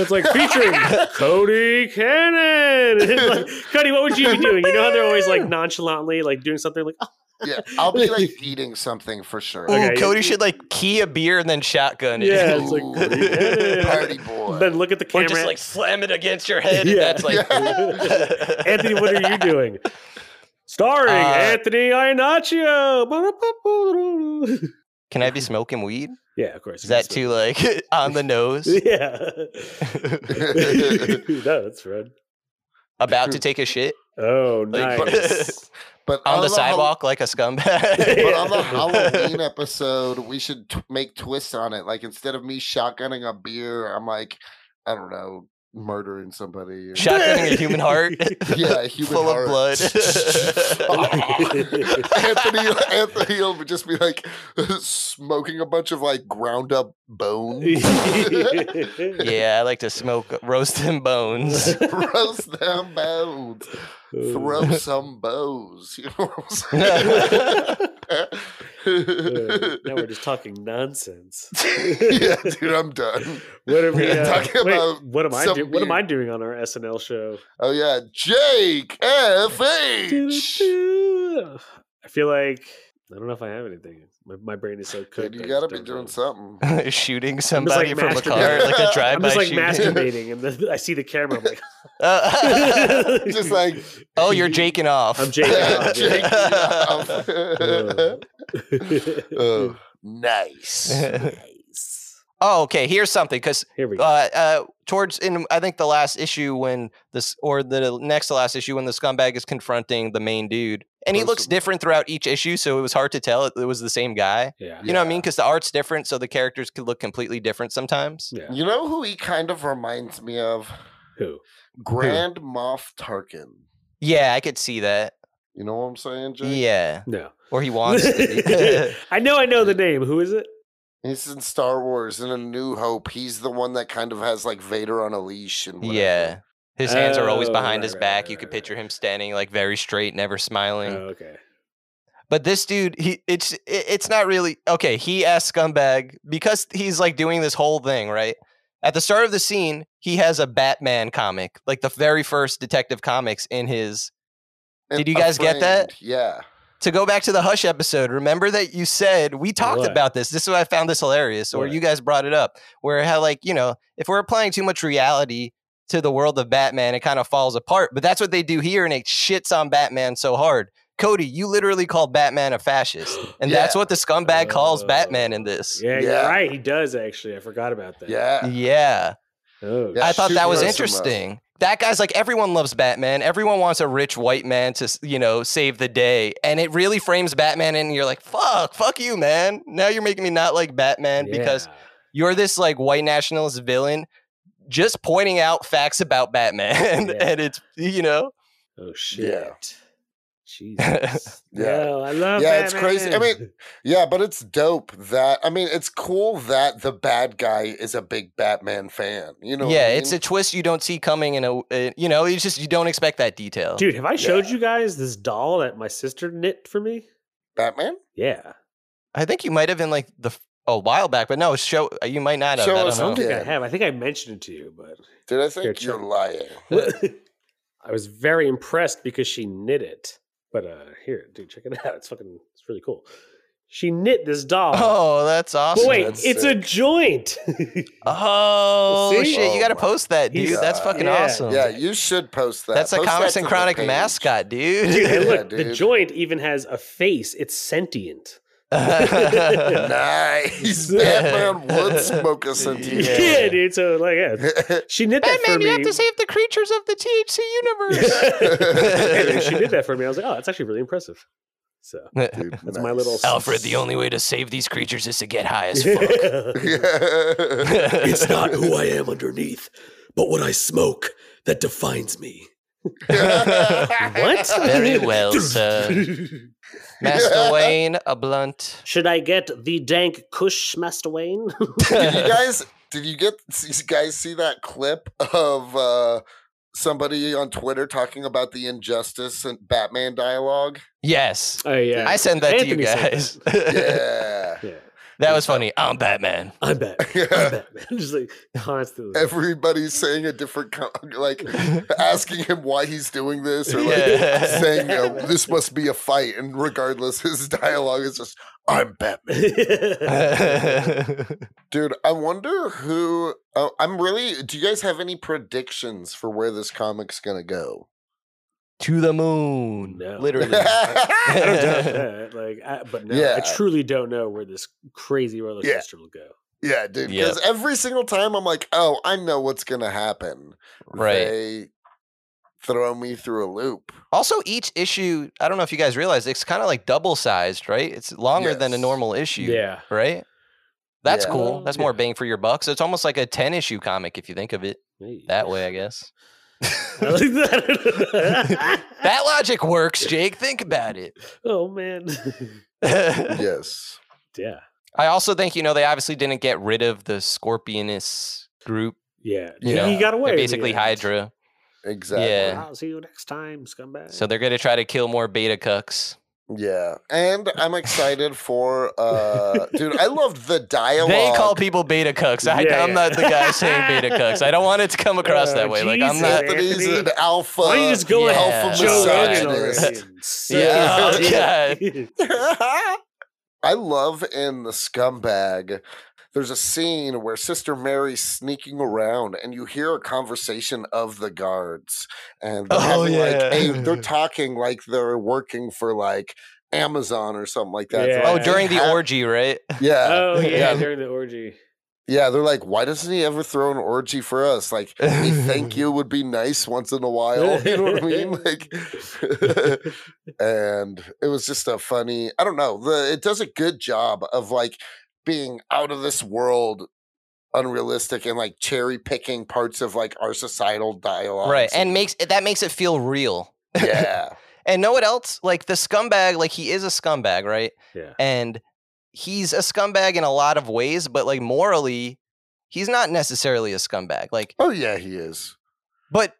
It's like featuring Cody Cannon. It's like, Cody, what would you be doing? You know how they're always like nonchalantly like doing something like, oh, Yeah, I'll be like eating something for sure. Ooh, Okay. Cody should like key a beer and then shotgun it. Yeah, it's like, Ooh, yeah. party boy. then look at the or camera. just like slam it against your head. And Yeah. that's like Yeah. Anthony, what are you doing? Starring Uh, Anthony Iannaccio. Can I be smoking weed? yeah, of course. Is that too like on the nose? Yeah. no, that's fun. About to take a shit Oh, Like, nice. but on the don't know how- sidewalk like a scumbag. But on the Halloween episode, we should t- make twists on it. Like instead of me shotgunning a beer, I'm like, I don't know, murdering somebody. or- Shotgunning a human heart. yeah, a human full heart. of blood. Anthony, Anthony will just be like smoking a bunch of like ground up bones. yeah, I like to smoke roast and bones. Roast them bones. Throw Uh. some bows. You know what Uh, I'm now we're saying? just talking nonsense. yeah, dude, I'm done. What are we We're uh, talking wait, about What am I some doing? What am beer. I doing on our SNL show? Oh yeah, Jake FH. I feel like I don't know if I have anything. My, my brain is so cooked. Dude, you I gotta just be don't doing know. something. Shooting somebody from a masturbating. car, like I'm a just, drive-by I'm just like shooting. masturbating, and then I see the camera. I'm like, Uh, Just like oh, you're jaking off. I'm jaking off, yeah. Jake. Ugh. Uh, Oh, nice. nice. Oh, okay. Here's something because Here we uh, go. uh, towards in I think the last issue when this or the next to last issue when the scumbag is confronting the main dude, and he looks Personally. different throughout each issue, so it was hard to tell it, it was the same guy. yeah. You know what I mean? Because the art's different, so the characters could look completely different sometimes. Yeah. You know who he kind of reminds me of? Who? Grand Moff Tarkin. Yeah, I could see that. You know what I'm saying, Jake? Yeah, No. or he wants. to I know I know the name. Who is it? He's in Star Wars and A New Hope. He's the one that kind of has like Vader on a leash and be. whatever. yeah, his hands are always Oh, behind right, his right, back. right, you could right, picture him standing like very straight, never Oh, smiling. okay. But this dude, he it's it- it's not really okay. He asks scumbag because he's like doing this whole thing right at the start of the scene. He has a Batman comic, like the very first Detective Comics in his. And Did you a guys get that? friend, Yeah. To go back to the Hush episode, remember that you said we talked What? about this. This is why I found this hilarious, or What? you guys brought it up, where how like you know if we're applying too much reality to the world of Batman, it kind of falls apart. But that's what they do here, and it shits on Batman so hard. Cody, you literally called Batman a fascist. And that's Yeah. what the scumbag calls Batman in Oh, this. Yeah, you're Yeah. right. He does actually. I forgot about that. Yeah. Yeah. Oh, Yeah, uh, I thought shoot that was Rossimo. interesting. That guy's like, everyone loves Batman. Everyone wants a rich white man to, s- you know, save the day. And it really frames Batman in. You're like, fuck, fuck you, man. Now you're making me not like Batman because yeah. you're this like white nationalist villain just pointing out facts about Batman. Yeah. and it's, you know, Oh shit. Yeah. Jesus. Yeah. Yo, I love Yeah, it's crazy. I Batman. mean- Yeah, but it's dope that I mean it's cool that the bad guy is a big Batman fan. You know what I yeah, it's mean? a twist you don't see coming in a, uh, you know, it's just, you don't expect that detail. dude, have I showed you guys this doll that my sister knit for me? Batman? Yeah. I think you might have been like the f- a while back, but no, show uh, you might not have. Show I us don't I don't know. think I Oh, Yeah. have. I think I mentioned it to you, but Did I think check. you're lying? I was very impressed because she knit it. But uh here, dude, check it out. It's fucking it's really cool. She knit this doll. Oh, that's but awesome. wait, that's it's a sick. joint. Oh See? shit, you Oh got to my post that, dude. He's- that's fucking Yeah. awesome. Yeah, you should post that. Oh, that's a Post that comics to and the chronic page. mascot, Dude, dude. and Yeah, look, the dude. joint even has a face. It's sentient. yeah, Nice. Yeah. Batman would smoke a sentient. Yeah, dude. So like, yeah, she knit that for Batman, me. you have to save the creatures of the THC universe. And she did that for me. I was like, oh, that's actually really impressive. So Dude, That's my little nice. Alfred, the only way to save these creatures is to get high as fuck. it's Yeah. not who I am underneath, but what I smoke that defines me. What? Very well, sir. Master Wayne, a blunt. Should I get the dank Kush, Master Wayne? did you guys did you get did you guys see that clip of uh somebody on twitter talking about the injustice and batman dialogue yes. Oh yeah, I send that Anthony to you said guys. yeah that. Yeah, that was funny. I'm Batman. I'm back. I'm Batman. Just like constantly. everybody's saying a different co- like asking him why he's doing this or like Yeah. saying uh, this must be a fight and regardless his dialogue is just i'm batman dude i wonder who oh, i'm really do you guys have any predictions for where this comic's gonna go to the moon. No. Literally. I don't doubt that. Like, I, but no, Yeah. I truly don't know where this crazy roller Yeah. coaster will go. Yeah, dude. Yep. Because every single time I'm like, oh, I know what's gonna happen. right. They throw me through a loop. Also, each issue, I don't know if you guys realize, it's kind of like double sized, right? It's longer than a Yes. normal issue, Yeah, right? That's Yeah. cool. That's more Yeah. bang for your buck. So it's almost like a 10 issue comic if you think of it that way, I guess. I like that. that logic works, Jake. Think about it. oh man. yes. yeah. I also think, you know, they obviously didn't get rid of the Scorpionus group. Yeah. Yeah. He got away. They're in the basically end. Hydra. Exactly. Yeah. I'll see you next time, scumbag. So they're going to try to kill more beta cucks. Yeah. And I'm excited for uh dude, I loved the dialogue. They call people beta cucks. I, Yeah, I'm yeah. not the guy saying beta cucks. I don't want it to come across Oh, that way. Like I'm Jesus. not. Anthony's an Anthony. alpha. Why don't you just go yeah. like alpha Joe Rogan already? misogynist. and suck oh, Yeah. his Yeah. dick? I love in the scumbag. There's a scene where Sister Mary's sneaking around, and you hear a conversation of the guards, and they're, Oh, having, like, a- yeah. they're talking like they're working for like Amazon or something like that. They're Yeah. like, Oh, they during the have- orgy, right? yeah, Oh yeah, Yeah. during the orgy. Yeah, they're like, why doesn't he ever throw an orgy for us? Like, hey, thank you would be nice once in a while. You know what I mean? Like, and it was just a funny. I don't know. The it does a good job of like being out of this world, unrealistic, and like cherry picking parts of like our societal dialogue. right, and makes that makes it feel real. yeah, And know what else? Like the scumbag, like he is a scumbag, right? Yeah. and he's a scumbag in a lot of ways, but like morally, he's not necessarily a scumbag. Like, oh yeah, he is. but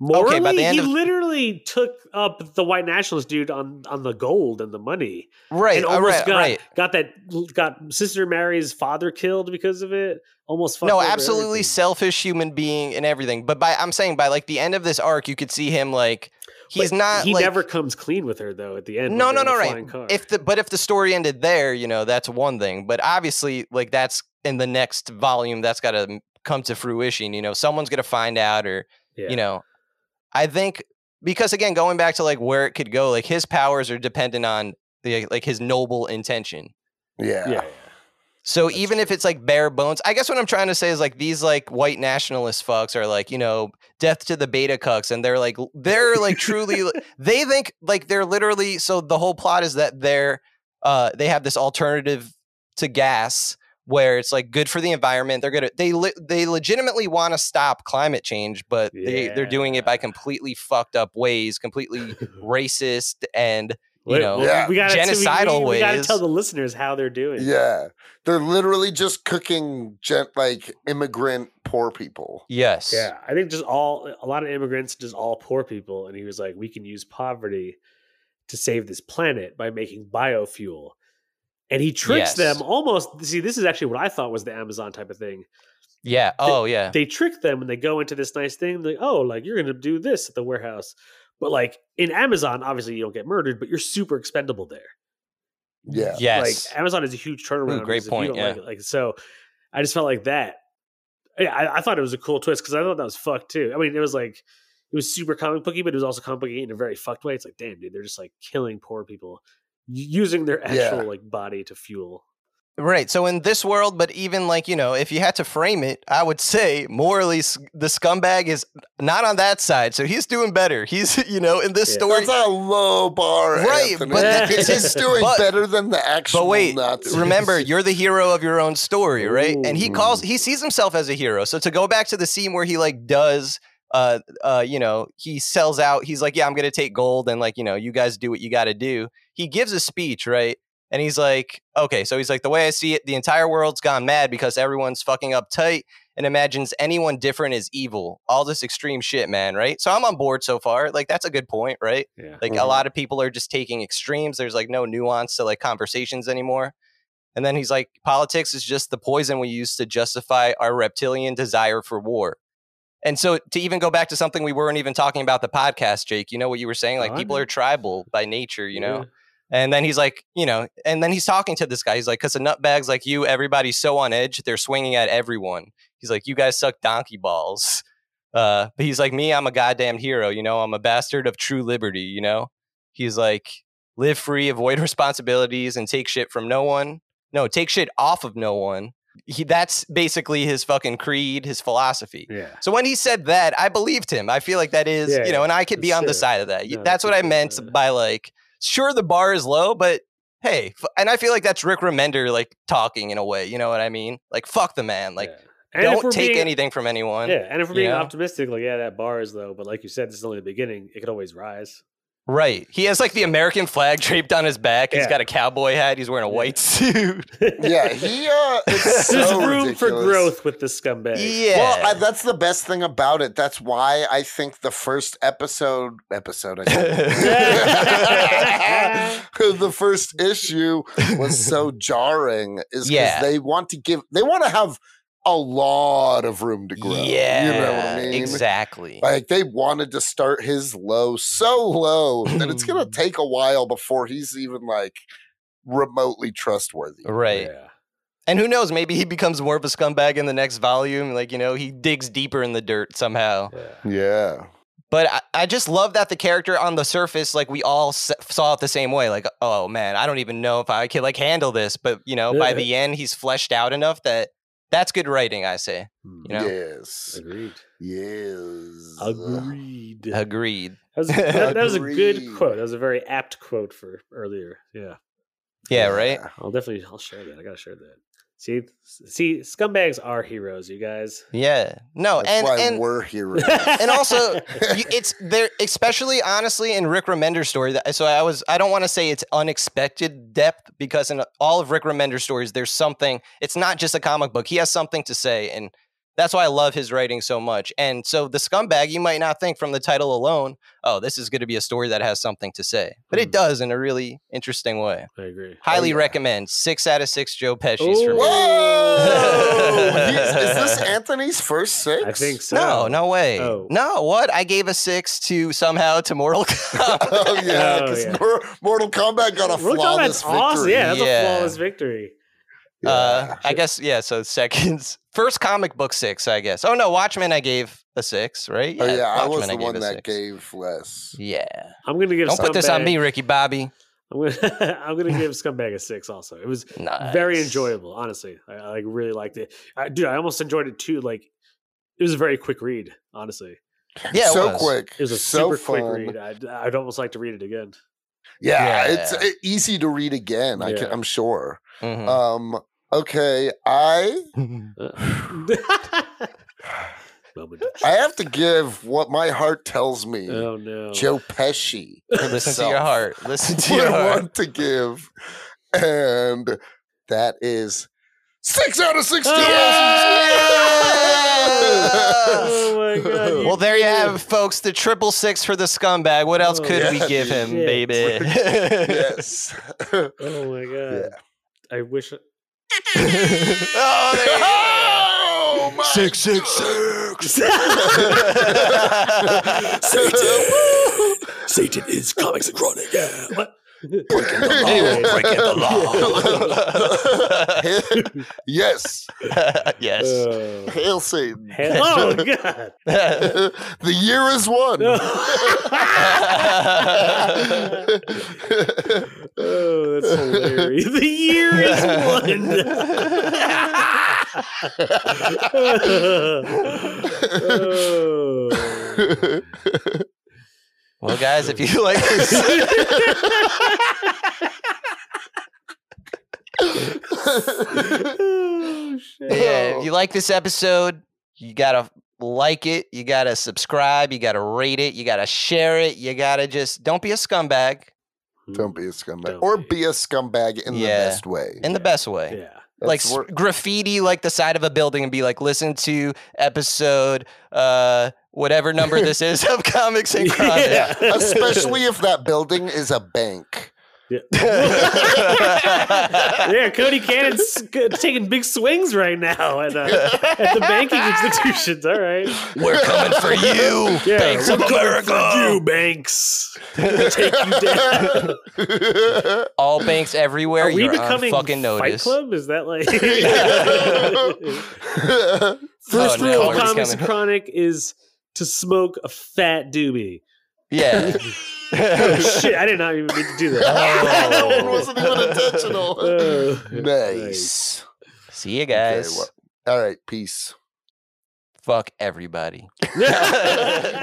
Morally, by the end he of- literally took up the white nationalist dude on on the gold and the money, right, and uh, almost right, got right. got that got Sister Mary's father killed because of it. Almost fucked No, over absolutely everything. selfish human being and everything. But by I'm saying by like the end of this arc, you could see him like he's But not. He like, never comes clean with her though. At the end, when No, they're no, in the no, right. flying car. If the but if the story ended there, you know that's one thing. But obviously, like that's in the next volume, that's got to come to fruition. You know, someone's gonna find out, or yeah. you know i think because again going back to like where it could go like his powers are dependent on the like his noble intention Yeah, yeah, so That's even if it's like bare bones i guess what i'm trying to say is like these like white nationalist fucks are like you know death to the beta cucks and they're like l- they're like truly li- they think like they're literally so the whole plot is that they're uh they have this alternative to gas where it's like good for the environment they're gonna they le- they legitimately want to stop climate change but they they're doing it by Yeah. completely fucked up ways completely racist and Wait, know, well, Yeah. we gotta, genocidal we, we, we gotta ways. tell the listeners how they're doing. yeah. They're literally just cooking gent like immigrant poor people. yes Yeah, I think just all a lot of immigrants, just all poor people, and he was like, we can use poverty to save this planet by making biofuel, and he tricks Yes. them almost. See, this is actually what I thought was the Amazon type of thing. yeah oh yeah They trick them when they go into this nice thing. Like, oh, like you're gonna do this at the warehouse, but like in Amazon, obviously you don't get murdered, but you're super expendable there. Yeah. yes Like Amazon is a huge turnaround. great because if you point, don't Like, it- like so, I just felt like that. Yeah, I, I thought it was a cool twist because I thought that was fucked too. I mean, it was like it was super comic booky, but it was also comic booky in a very fucked way. It's like, damn, dude, they're just like killing poor people u- using their actual Yeah. like body to fuel. Right. So in this world, but even like, you know, if you had to frame it, I would say morally s- the scumbag is not on that side. So he's doing better. He's, you know, in this Yeah. story. That's a low bar, Right, Anthony. but that's- he's doing but- better than the actual But wait, Nazis. remember, you're the hero of your own story, right? And he calls, Ooh. he sees himself as a hero. So to go back to the scene where he like does, uh, uh, you know, he sells out. He's like, yeah, I'm gonna take gold, and like, you know, you guys do what you got to do. He gives a speech, right? And he's like, okay, so he's like, the way I see it, the entire world's gone mad because everyone's fucking uptight and imagines anyone different is evil. All this extreme shit, man, right? So I'm on board so far. Like, that's a good point, right? Yeah, like a Mhm. lot of people are just taking extremes there's like no nuance to like conversations anymore and then he's like politics is just the poison we use to justify our reptilian desire for war and so to even go back to something we weren't even talking about the podcast jake you know what you were saying like Oh, I people know. are tribal by nature you know and then he's like you know and then he's talking to this guy he's like because the nutbags like you everybody's so on edge they're swinging at everyone he's like you guys suck donkey balls uh, but he's like, me, I'm a goddamn hero. You know, I'm a bastard of true liberty. You know, he's like, live free, avoid responsibilities, and take shit from no one. No, take shit off of no one. He, that's basically his fucking creed, his philosophy. yeah, yeah. So when he said that, I believed him. I feel like that is, Yeah, you know, yeah, and I could be for on the sure. side of that. Y- No, that's what I for meant sure. by like, sure, the bar is low, but hey, f- and I feel like that's Rick Remender like talking in a way. You know what I mean? Like, fuck the man. Like, And if we're don't take being- anything from anyone. Yeah, and if we're being yeah. optimistic, like yeah, that bar is low, but like you said, this is only the beginning. It could always rise. Right. He has like the American flag draped on his back. He's Yeah. got a cowboy hat. He's wearing a Yeah. white suit. yeah, he uh it's There's so room for ridiculous. growth with the scumbag. yeah. Well, I, that's the best thing about it. That's why I think the first episode episode I said. the first issue was so jarring is because Yeah. they want to give they want to have a lot of room to grow. yeah. You know what I mean? Exactly. Like they wanted to start his low so low that it's gonna take a while before he's even like remotely trustworthy. Right. Yeah. And who knows? Maybe he becomes more of a scumbag in the next volume. Like, you know, he digs deeper in the dirt somehow. yeah. Yeah. But I, I just love that the character on the surface, like, we all s- saw it the same way. Like, oh man, I don't even know if I can like handle this. But, you know, by Yeah. the end, he's fleshed out enough that That's good writing, I say. Hmm. You know? Yes. Agreed. Yes. Agreed. That Agreed. was, that, that was a good Agreed. quote. That was a very apt quote for earlier. Yeah. Yeah, right. I'll definitely I'll share that. I gotta share that. See, see, scumbags are heroes, you guys. Yeah. No, That's Oh, and why and we're heroes. and also you, it's there especially honestly in rick remender's story that, so i was i don't want to say it's unexpected depth because in all of rick remender's stories there's something it's not just a comic book he has something to say and that's why i love his writing so much and so the scumbag you might not think from the title alone oh this is going to be a story that has something to say but Hmm. Oh, it does in a really interesting way I agree. highly yeah. recommend six out of six joe pesci's for Ooh. me Whoa! He's- is this Anthony's first six? I think so. no, no way. Oh. No, what? I gave a six to somehow to Mortal Kombat. Oh yeah, Oh, because yeah. Mortal Kombat got a Mortal Kombat's flawless victory. Oh, awesome. Yeah, that's a Yeah. flawless victory. Uh, I guess yeah. So seconds, first comic book six, I guess. Oh no, Watchmen. I gave a six, right? Oh, yeah, I was Watchmen the one a that six. gave less. Yeah. I'm gonna give. Don't put this on Scumbag- me, Ricky Bobby. I'm gonna, I'm gonna give Scumbag a six. Also, it was Nice. very enjoyable. Honestly, I, I like really liked it, I, dude. I almost enjoyed it too. Like, it was a very quick read. Honestly, Yeah. it so was. quick. it was a so super quick fun. read. I'd, I'd almost like to read it again. Yeah, it's Yeah. uh, easy to read again. I can, Yeah. I'm sure. Mhm. Um, okay, I Uh, Moment of I truth. have to give what my heart tells me. Oh no! Joe Pesci. Listen to your himself heart. Listen to would your heart. want to give, and that is six out of six. Oh! Ah! Yes! Oh my god! you Well, there you did it. have it, folks. The triple six for the scumbag. What else Oh, could we yeah. give him, Shit. baby? yes. Oh my god! I wish. oh, there you go. Oh, my Six, six, God. Satan is comics and chronic. Yeah. What? yes. yes. Oh. Hail Satan. Hell- oh god! the year is one. Oh, that's hilarious. the year is one. oh. well, guys, if you like this, oh shit! yeah, if you like this episode, you gotta like it, you gotta subscribe, you gotta rate it, you gotta share it, you gotta just don't be a scumbag Don't be a scumbag. Don't or be. be a scumbag in the Yeah. best way. in the best way. Yeah. like That's s- wor- graffiti like the side of a building and be like listen to episode uh whatever number this is of comics and crime yeah. Especially if that building is a bank. yeah, Cody Cannon's sc- taking big swings right now at, uh, at the banking institutions. All right. we're coming for you Yeah, banks we're of america You banks. Take you down. all banks everywhere Are we you're on becoming fucking Fight notice Club? Is that like First first no, rule rule of of Oh, we're just comics coming. chronic is to smoke a fat doobie. yeah Oh, shit, I did not even mean to do that. that one wasn't even intentional. Oh. nice. see you guys Okay, well, all right. Peace. fuck everybody Nice.